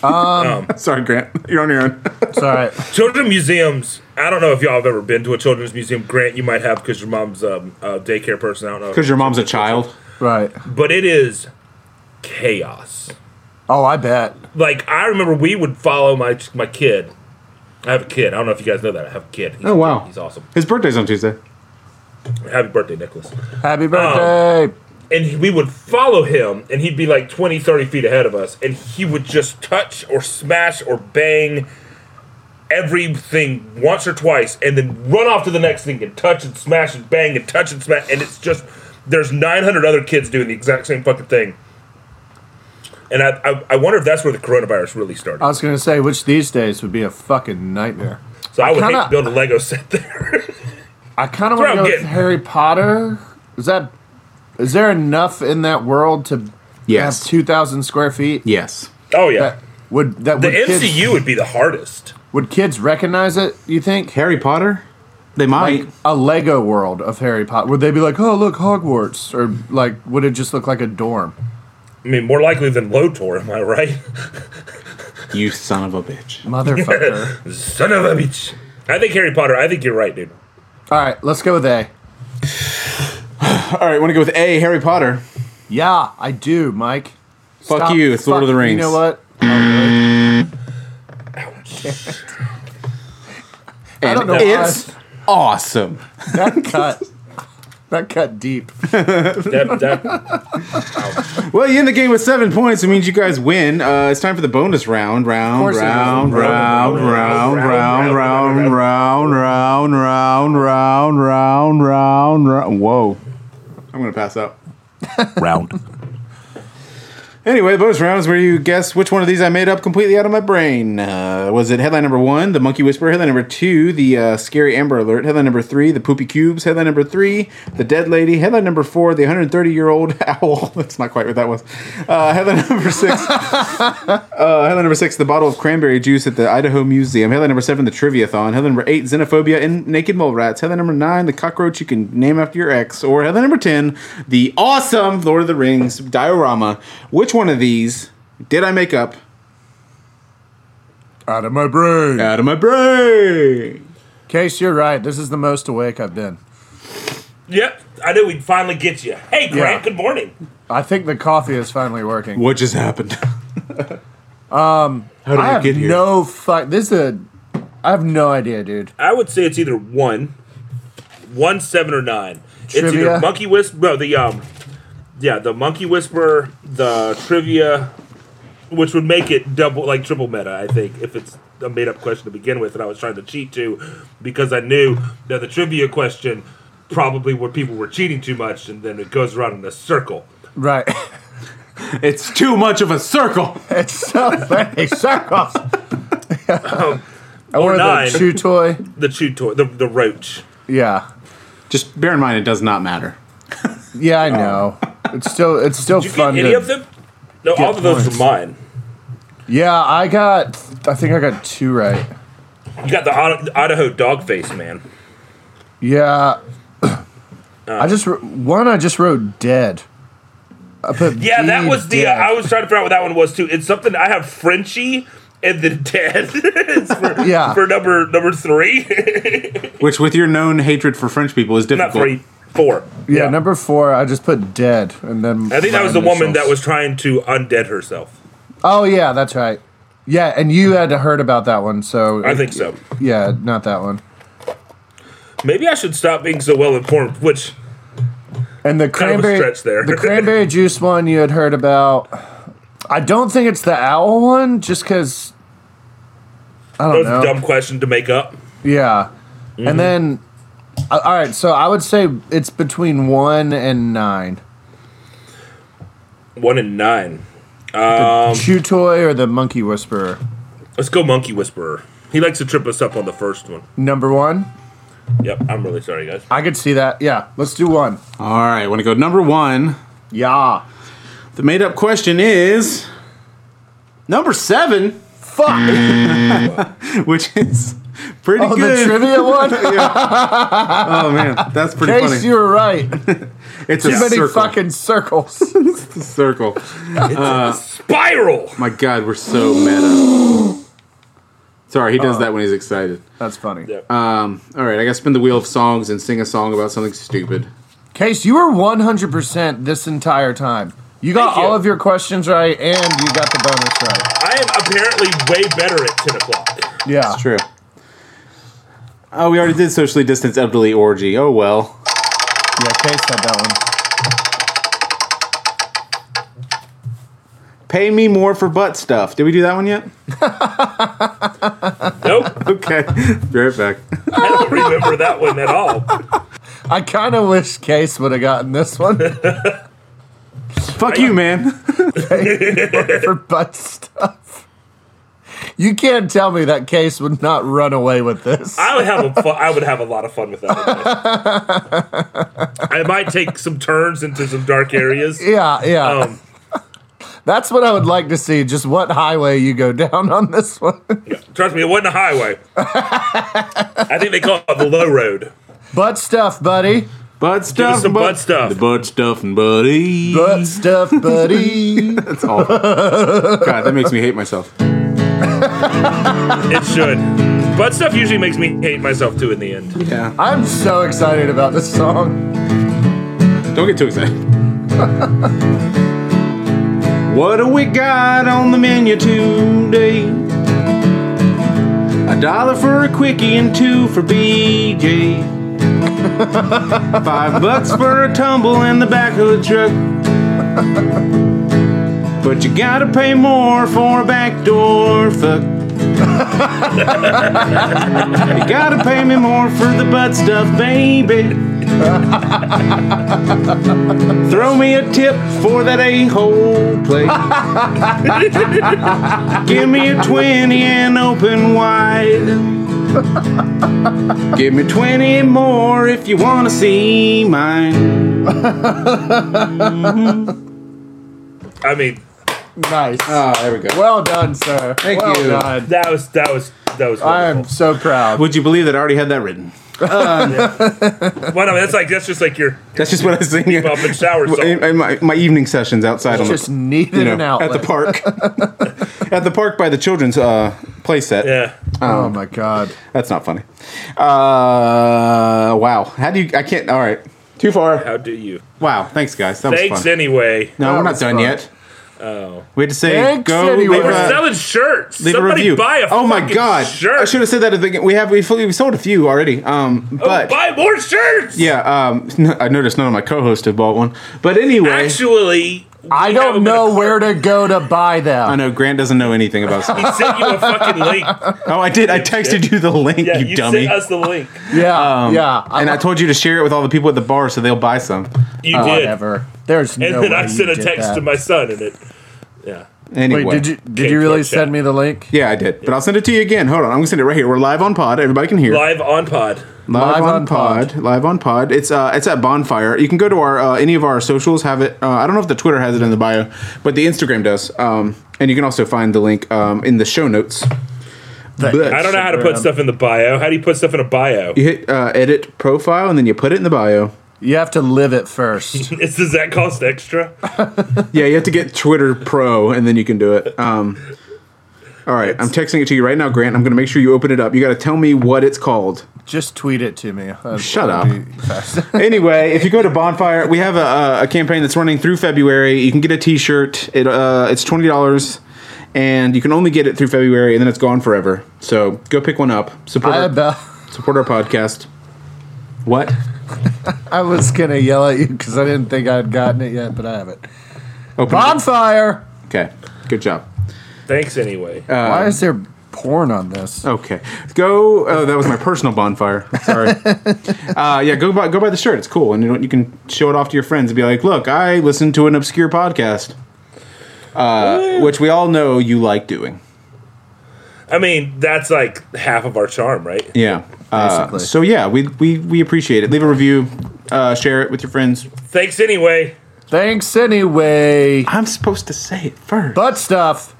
Speaker 1: Sorry, Grant. *laughs* You're on your own.
Speaker 3: It's all right. *laughs*
Speaker 2: Children's museums. I don't know if y'all have ever been to a children's museum. Grant, you might have because your mom's um, a daycare person. I don't know.
Speaker 1: Because your mom's a child.
Speaker 3: right.
Speaker 2: But it is chaos.
Speaker 3: Oh, I bet.
Speaker 2: Like I remember, we would follow my my kid. I have a kid. I don't know if you guys know that. I have a kid. He's-
Speaker 1: Oh, wow.
Speaker 2: he's awesome.
Speaker 1: His birthday's on Tuesday.
Speaker 2: Happy birthday, Nicholas.
Speaker 3: Happy birthday.
Speaker 2: and he- we would follow him and he'd be like 20 30 feet ahead of us and he would just touch or smash or bang everything once or twice and then run off to the next thing and touch and smash and bang and touch and smash and it's just there's 900 other kids doing the exact same fucking thing and I, I, I wonder if that's where the coronavirus really started.
Speaker 3: I was gonna say which these days would be a fucking nightmare.
Speaker 2: so I would hate
Speaker 3: kinda-
Speaker 2: to build a Lego set there. *laughs*
Speaker 3: I kind of want
Speaker 2: I'm
Speaker 3: to go with
Speaker 2: getting.
Speaker 3: Harry Potter. Is that? Is there enough in that world to
Speaker 1: Yes.
Speaker 3: have two thousand square feet?
Speaker 1: Yes.
Speaker 2: oh yeah,
Speaker 3: That would that
Speaker 2: the
Speaker 3: would kids-
Speaker 2: MCU would be the hardest.
Speaker 3: Would kids recognize it? You think?
Speaker 1: Harry Potter? They might.
Speaker 3: Like a Lego world of Harry Potter. Would they be like, "Oh, look, Hogwarts," or like, would it just look like a dorm?
Speaker 2: I mean, more likely than Lotor, am I right?
Speaker 1: you son of a bitch.
Speaker 3: Motherfucker.
Speaker 2: Son of a bitch. I think Harry Potter. I think you're right, dude.
Speaker 3: All right, let's go with A.
Speaker 1: *laughs* All right, want to go with A, Harry Potter.
Speaker 3: Yeah, I do, Mike.
Speaker 1: Fuck
Speaker 3: Stop-
Speaker 1: you, it's Lord of
Speaker 3: fuck-
Speaker 1: the Rings.
Speaker 3: You know what? Oh, really?
Speaker 1: And
Speaker 3: don't know
Speaker 1: it's awesome.
Speaker 3: *laughs* That cut. That cut deep.
Speaker 2: That, *laughs* that,
Speaker 1: Well, you end the game with seven points. It means you guys win. Uh, it's time for the bonus round. Round,
Speaker 3: course it is.
Speaker 1: round, round, round, round, round, round, round, round, round, round, round, round. Whoa. I'm going to pass out.
Speaker 7: Round.
Speaker 1: Anyway, the bonus round is where you guess which one of these I made up completely out of my brain. Uh, was it headline number one, the Monkey Whisperer? Headline number two, the uh, Scary Amber Alert? Headline number three, the Poopy Cubes? Headline number three, the Dead Lady? Headline number four, the 130 year old *laughs* owl? That's not quite what that was. Uh, headline *laughs* number six. Uh, headline number six, the bottle of cranberry juice at the Idaho Museum. Headline number seven, the Triviathon. Headline number eight, xenophobia and naked mole rats. Headline number nine, the cockroach you can name after your ex. Or headline number ten, the awesome Lord of the Rings diorama. Which one of these did I make up
Speaker 3: Out of my brain.
Speaker 1: out of my brain?
Speaker 3: Case, you're right. This is the most awake I've been.
Speaker 2: yep, I knew we'd finally get you. Hey, Grant.
Speaker 3: Yeah.
Speaker 2: Good morning.
Speaker 3: I think the coffee is finally working.
Speaker 1: What just happened? *laughs* um, how did
Speaker 3: Um, I
Speaker 1: I,
Speaker 3: have
Speaker 1: get here?
Speaker 3: no fuck. This is a. I have no idea, dude.
Speaker 2: I would say it's either one, one, seven, or nine. It's
Speaker 3: Trivia?
Speaker 2: either Monkey Whisper. No, the um, yeah, the Monkey Whisperer, the trivia, which would make it double, like triple meta. I think if it's a made up question to begin with, and I was trying to cheat to, because I knew that the trivia question probably where people were cheating too much, and then it goes around in a circle.
Speaker 3: Right. *laughs*
Speaker 1: It's too much of a circle.
Speaker 3: It's so many circles.
Speaker 2: Um, Or
Speaker 3: or
Speaker 2: nine.
Speaker 3: the chew toy.
Speaker 2: The chew toy, the, the roach.
Speaker 3: Yeah,
Speaker 1: Just bear in mind, it does not matter.
Speaker 3: yeah, I know. It's still it's still
Speaker 2: Um, Did you
Speaker 3: fun.
Speaker 2: get any
Speaker 3: to-
Speaker 2: of them? No, all of those were
Speaker 3: points.
Speaker 2: mine.
Speaker 3: Yeah, I got. I think I got two right.
Speaker 2: You got the Ida- Idaho dog face, man.
Speaker 3: Yeah.
Speaker 2: Uh.
Speaker 3: I just wr- one. I just wrote dead. I put
Speaker 2: Yeah, that
Speaker 3: D
Speaker 2: was the. uh,
Speaker 3: dead.
Speaker 2: I was trying to figure out what that one was too. It's something I have Frenchie and the dead *laughs* It's for,
Speaker 3: Yeah.
Speaker 2: for number number three, *laughs*
Speaker 1: Which, with your known hatred for French people, is
Speaker 2: not
Speaker 1: difficult.
Speaker 2: three, four.
Speaker 3: yeah, number four. I just put dead, and then
Speaker 2: I think that
Speaker 3: my
Speaker 2: was the woman
Speaker 3: initials.
Speaker 2: that was trying to undead herself.
Speaker 3: Oh yeah, that's right. Yeah, and you had heard about that one, so
Speaker 2: I think so.
Speaker 3: Yeah, not that one.
Speaker 2: Maybe I should stop being so well informed. Which
Speaker 3: And the
Speaker 2: of a
Speaker 3: cranberry,
Speaker 2: stretch there. *laughs*
Speaker 3: the cranberry juice one you had heard about. I don't think it's the owl one, just because. I
Speaker 2: that
Speaker 3: don't
Speaker 2: was
Speaker 3: know.
Speaker 2: a dumb question to make up.
Speaker 3: Yeah,
Speaker 2: Mm-hmm.
Speaker 3: and then, a- all right. So I would say it's between one and nine.
Speaker 2: One and nine.
Speaker 3: Chew toy or the monkey whisperer.
Speaker 2: Let's go, Monkey Whisperer. He likes to trip us up on the first one.
Speaker 3: Number one,
Speaker 2: Yep, I'm really sorry, guys.
Speaker 3: I could see that. Yeah, let's do one.
Speaker 1: All right, want to go number one.
Speaker 3: Yeah.
Speaker 1: The made up question is number seven,
Speaker 3: Fuck.
Speaker 1: *laughs* which is pretty
Speaker 3: Oh,
Speaker 1: good.
Speaker 3: the trivia
Speaker 2: *laughs*
Speaker 3: one. In
Speaker 1: oh man, that's pretty
Speaker 3: case
Speaker 1: funny.
Speaker 3: you were
Speaker 2: *laughs*
Speaker 3: right, too
Speaker 1: It's a
Speaker 3: many
Speaker 1: circle.
Speaker 3: fucking circles. *laughs*
Speaker 1: circle.
Speaker 2: Spiral.
Speaker 1: My God, we're so meta.
Speaker 3: *gasps*
Speaker 1: Sorry, he does
Speaker 3: Uh.
Speaker 1: that when he's excited. Um,
Speaker 3: That's funny.
Speaker 2: Yeah.
Speaker 1: All right, I got to spin the wheel of songs and sing a song about something stupid.
Speaker 3: Case, you were 100% this entire time. You got
Speaker 2: Thank you.
Speaker 3: all of your questions right, and you got the bonus right.
Speaker 2: I am apparently way better at ten o'clock.
Speaker 3: Yeah.
Speaker 1: True. Oh, we already did socially distanced elderly orgy. Oh well.
Speaker 3: Yeah, Case had that one.
Speaker 1: Pay me more for butt stuff. Did we do that one yet?
Speaker 2: Nope,
Speaker 1: Okay, *laughs* be right back.
Speaker 2: I don't remember that one at all.
Speaker 3: I kind of wish Case would have gotten this one
Speaker 1: Fuck you, man.
Speaker 3: for butt stuff. You can't tell me that Case would not run away with this.
Speaker 2: I would have a fu- I would have a lot of fun with that. One. I might take some turns into some dark areas.
Speaker 3: Yeah, yeah.
Speaker 2: Um,
Speaker 3: That's what I would like to see. Just what highway you go down on this one. *laughs*
Speaker 2: trust me, it wasn't a highway. I think they call it the low road.
Speaker 3: butt stuff, buddy.
Speaker 1: Butt stuff.
Speaker 2: us some
Speaker 1: and bu-
Speaker 2: butt stuff.
Speaker 1: The butt stuff and buddy.
Speaker 3: Butt stuff, buddy.
Speaker 1: That's awful. God, that makes me hate myself.
Speaker 2: It should, but stuff usually makes me hate myself too in the end.
Speaker 1: Yeah.
Speaker 3: *laughs* I'm so excited about this song.
Speaker 1: Don't get too excited. what do we got on the menu today? A dollar for a quickie and two for BJ. Five bucks for a tumble in the back of the truck. But you gotta pay more for a backdoor fuck. you gotta pay me more for the butt stuff, baby. Throw me a tip for that a hole play. Give me a 20 and open wide. Give me 20 more if you want to see mine.
Speaker 2: I mean,
Speaker 3: Nice.
Speaker 1: Oh, there we go.
Speaker 3: Well done, sir.
Speaker 1: Thank
Speaker 3: well
Speaker 1: you.
Speaker 3: Done.
Speaker 2: that was that was that was.
Speaker 3: I
Speaker 2: Wonderful.
Speaker 3: am so proud.
Speaker 1: Would you believe that I already had that written?
Speaker 2: Well, no, that's like that's just like your
Speaker 1: That's just what I sing
Speaker 2: up and shower song.
Speaker 1: in, in my, my evening sessions outside on
Speaker 3: Just
Speaker 1: the,
Speaker 3: needed
Speaker 1: you know,
Speaker 3: an outlet.
Speaker 1: at the park. *laughs* at the park by the children's uh, play set.
Speaker 2: yeah.
Speaker 3: Oh my god.
Speaker 1: That's not funny. Uh, wow. How do you? I can't. All right. Too far.
Speaker 2: How do you?
Speaker 1: Wow. Thanks, guys. That was
Speaker 2: Thanks
Speaker 1: fun.
Speaker 2: anyway.
Speaker 1: No,
Speaker 3: That
Speaker 1: we're not
Speaker 3: was
Speaker 1: done
Speaker 3: fun.
Speaker 1: yet. Oh. We had to say
Speaker 3: Thanks
Speaker 1: go
Speaker 3: anyway.
Speaker 1: leave,
Speaker 2: We're
Speaker 1: a,
Speaker 2: selling shirts.
Speaker 1: leave a
Speaker 2: Somebody
Speaker 1: review.
Speaker 2: buy a
Speaker 1: oh my
Speaker 2: fucking
Speaker 1: god! I
Speaker 2: shirt.
Speaker 1: should have said that at the beginning. We have we, we sold a few already. Um,
Speaker 2: Oh,
Speaker 1: but
Speaker 2: buy more shirts.
Speaker 1: yeah, um, I noticed none of my co-hosts have bought one. But anyway,
Speaker 2: Actually,
Speaker 3: I don't know where to go to buy
Speaker 1: I
Speaker 3: them.
Speaker 1: know Grant doesn't know anything about.
Speaker 2: *laughs* He sent you a fucking
Speaker 3: *laughs*
Speaker 2: link.
Speaker 1: oh, I did. I texted you the link,
Speaker 2: Yeah,
Speaker 1: you,
Speaker 2: you,
Speaker 1: dummy.
Speaker 2: sent us the link.
Speaker 3: Yeah, yeah.
Speaker 1: Um, and I told you to share it with all the people at the bar so they'll buy some.
Speaker 3: Oh,
Speaker 2: You did.
Speaker 3: Uh, whatever. There's
Speaker 2: And
Speaker 3: no
Speaker 2: then
Speaker 3: way
Speaker 2: I
Speaker 3: you
Speaker 2: sent a
Speaker 3: did
Speaker 2: text
Speaker 3: that.
Speaker 2: to my son, and it. Yeah.
Speaker 1: Anyway.
Speaker 3: Wait, did you did
Speaker 2: Okay,
Speaker 3: you really
Speaker 2: click that.
Speaker 3: send me the link?
Speaker 1: Yeah, I did. But I'll send it to you again. Hold on. I'm going to send it right here. We're live on pod. Everybody can hear.
Speaker 2: Live on pod.
Speaker 1: Live
Speaker 3: Live
Speaker 1: on
Speaker 3: on
Speaker 1: pod. Live on pod. It's uh, it's at Bonfire. You can go to our uh, any of our socials. Have it. Uh, I don't know if the Twitter has it in the bio, but the Instagram does. Um, and you can also find the link um, in the show notes. *laughs* But
Speaker 2: I don't know how to put stuff in the bio. How do you put stuff in a bio? *laughs*
Speaker 1: You hit uh, edit profile and then you put it in the bio.
Speaker 3: You have to live it
Speaker 2: *laughs*
Speaker 3: first.
Speaker 2: It's, does that cost extra?
Speaker 1: Yeah, you have to get Twitter Pro and then you can do it. Um, all right, I'm texting it to you right now, Grant. I'm going to make sure you open it up. You got to tell me what it's called.
Speaker 3: Just tweet it to me. Uh,
Speaker 1: Shut up.
Speaker 3: that'd be fast.
Speaker 1: anyway, if you go to Bonfire, we have a, a campaign that's running through February. You can get a T-shirt. It uh, it's twenty dollars, and you can only get it through February, and then it's gone forever. So go pick one up. Support
Speaker 3: I
Speaker 1: our,
Speaker 3: about,
Speaker 1: support our podcast. What?
Speaker 3: I was gonna yell at you because I didn't think I'd gotten it yet, but I
Speaker 1: Uh,
Speaker 3: haven't.
Speaker 1: Open it.
Speaker 3: Bonfire.
Speaker 1: Okay. Good job.
Speaker 2: Thanks anyway.
Speaker 1: Uh,
Speaker 3: Why is there porn on this?
Speaker 1: Okay. Go. Oh, that was my personal bonfire. Sorry. uh, yeah. Go buy go buy the shirt. It's cool, and you, know, you can show it off to your friends and be like, "Look, I listened to an obscure podcast," uh, which we all know you like doing.
Speaker 2: I mean, that's like half of our charm, right?
Speaker 1: Yeah. Uh,
Speaker 3: Basically.
Speaker 1: so yeah, we, we we appreciate it. Leave a review, uh, share it with your friends.
Speaker 2: Thanks anyway.
Speaker 3: Thanks anyway.
Speaker 1: I'm supposed to say it first.
Speaker 3: Butt stuff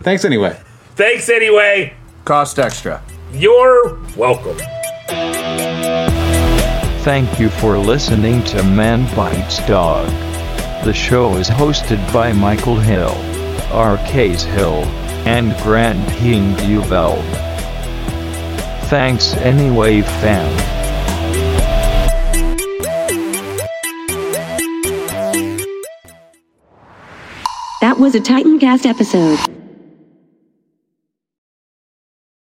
Speaker 1: Thanks anyway.
Speaker 2: Thanks anyway.
Speaker 3: cost extra.
Speaker 2: You're welcome.
Speaker 4: Thank you for listening to Man Bites Dog. The show is hosted by Michael Hill, R. Case Hill, and Grant King Duveld. Thanks anyway, fam.
Speaker 7: That was a Titancast episode.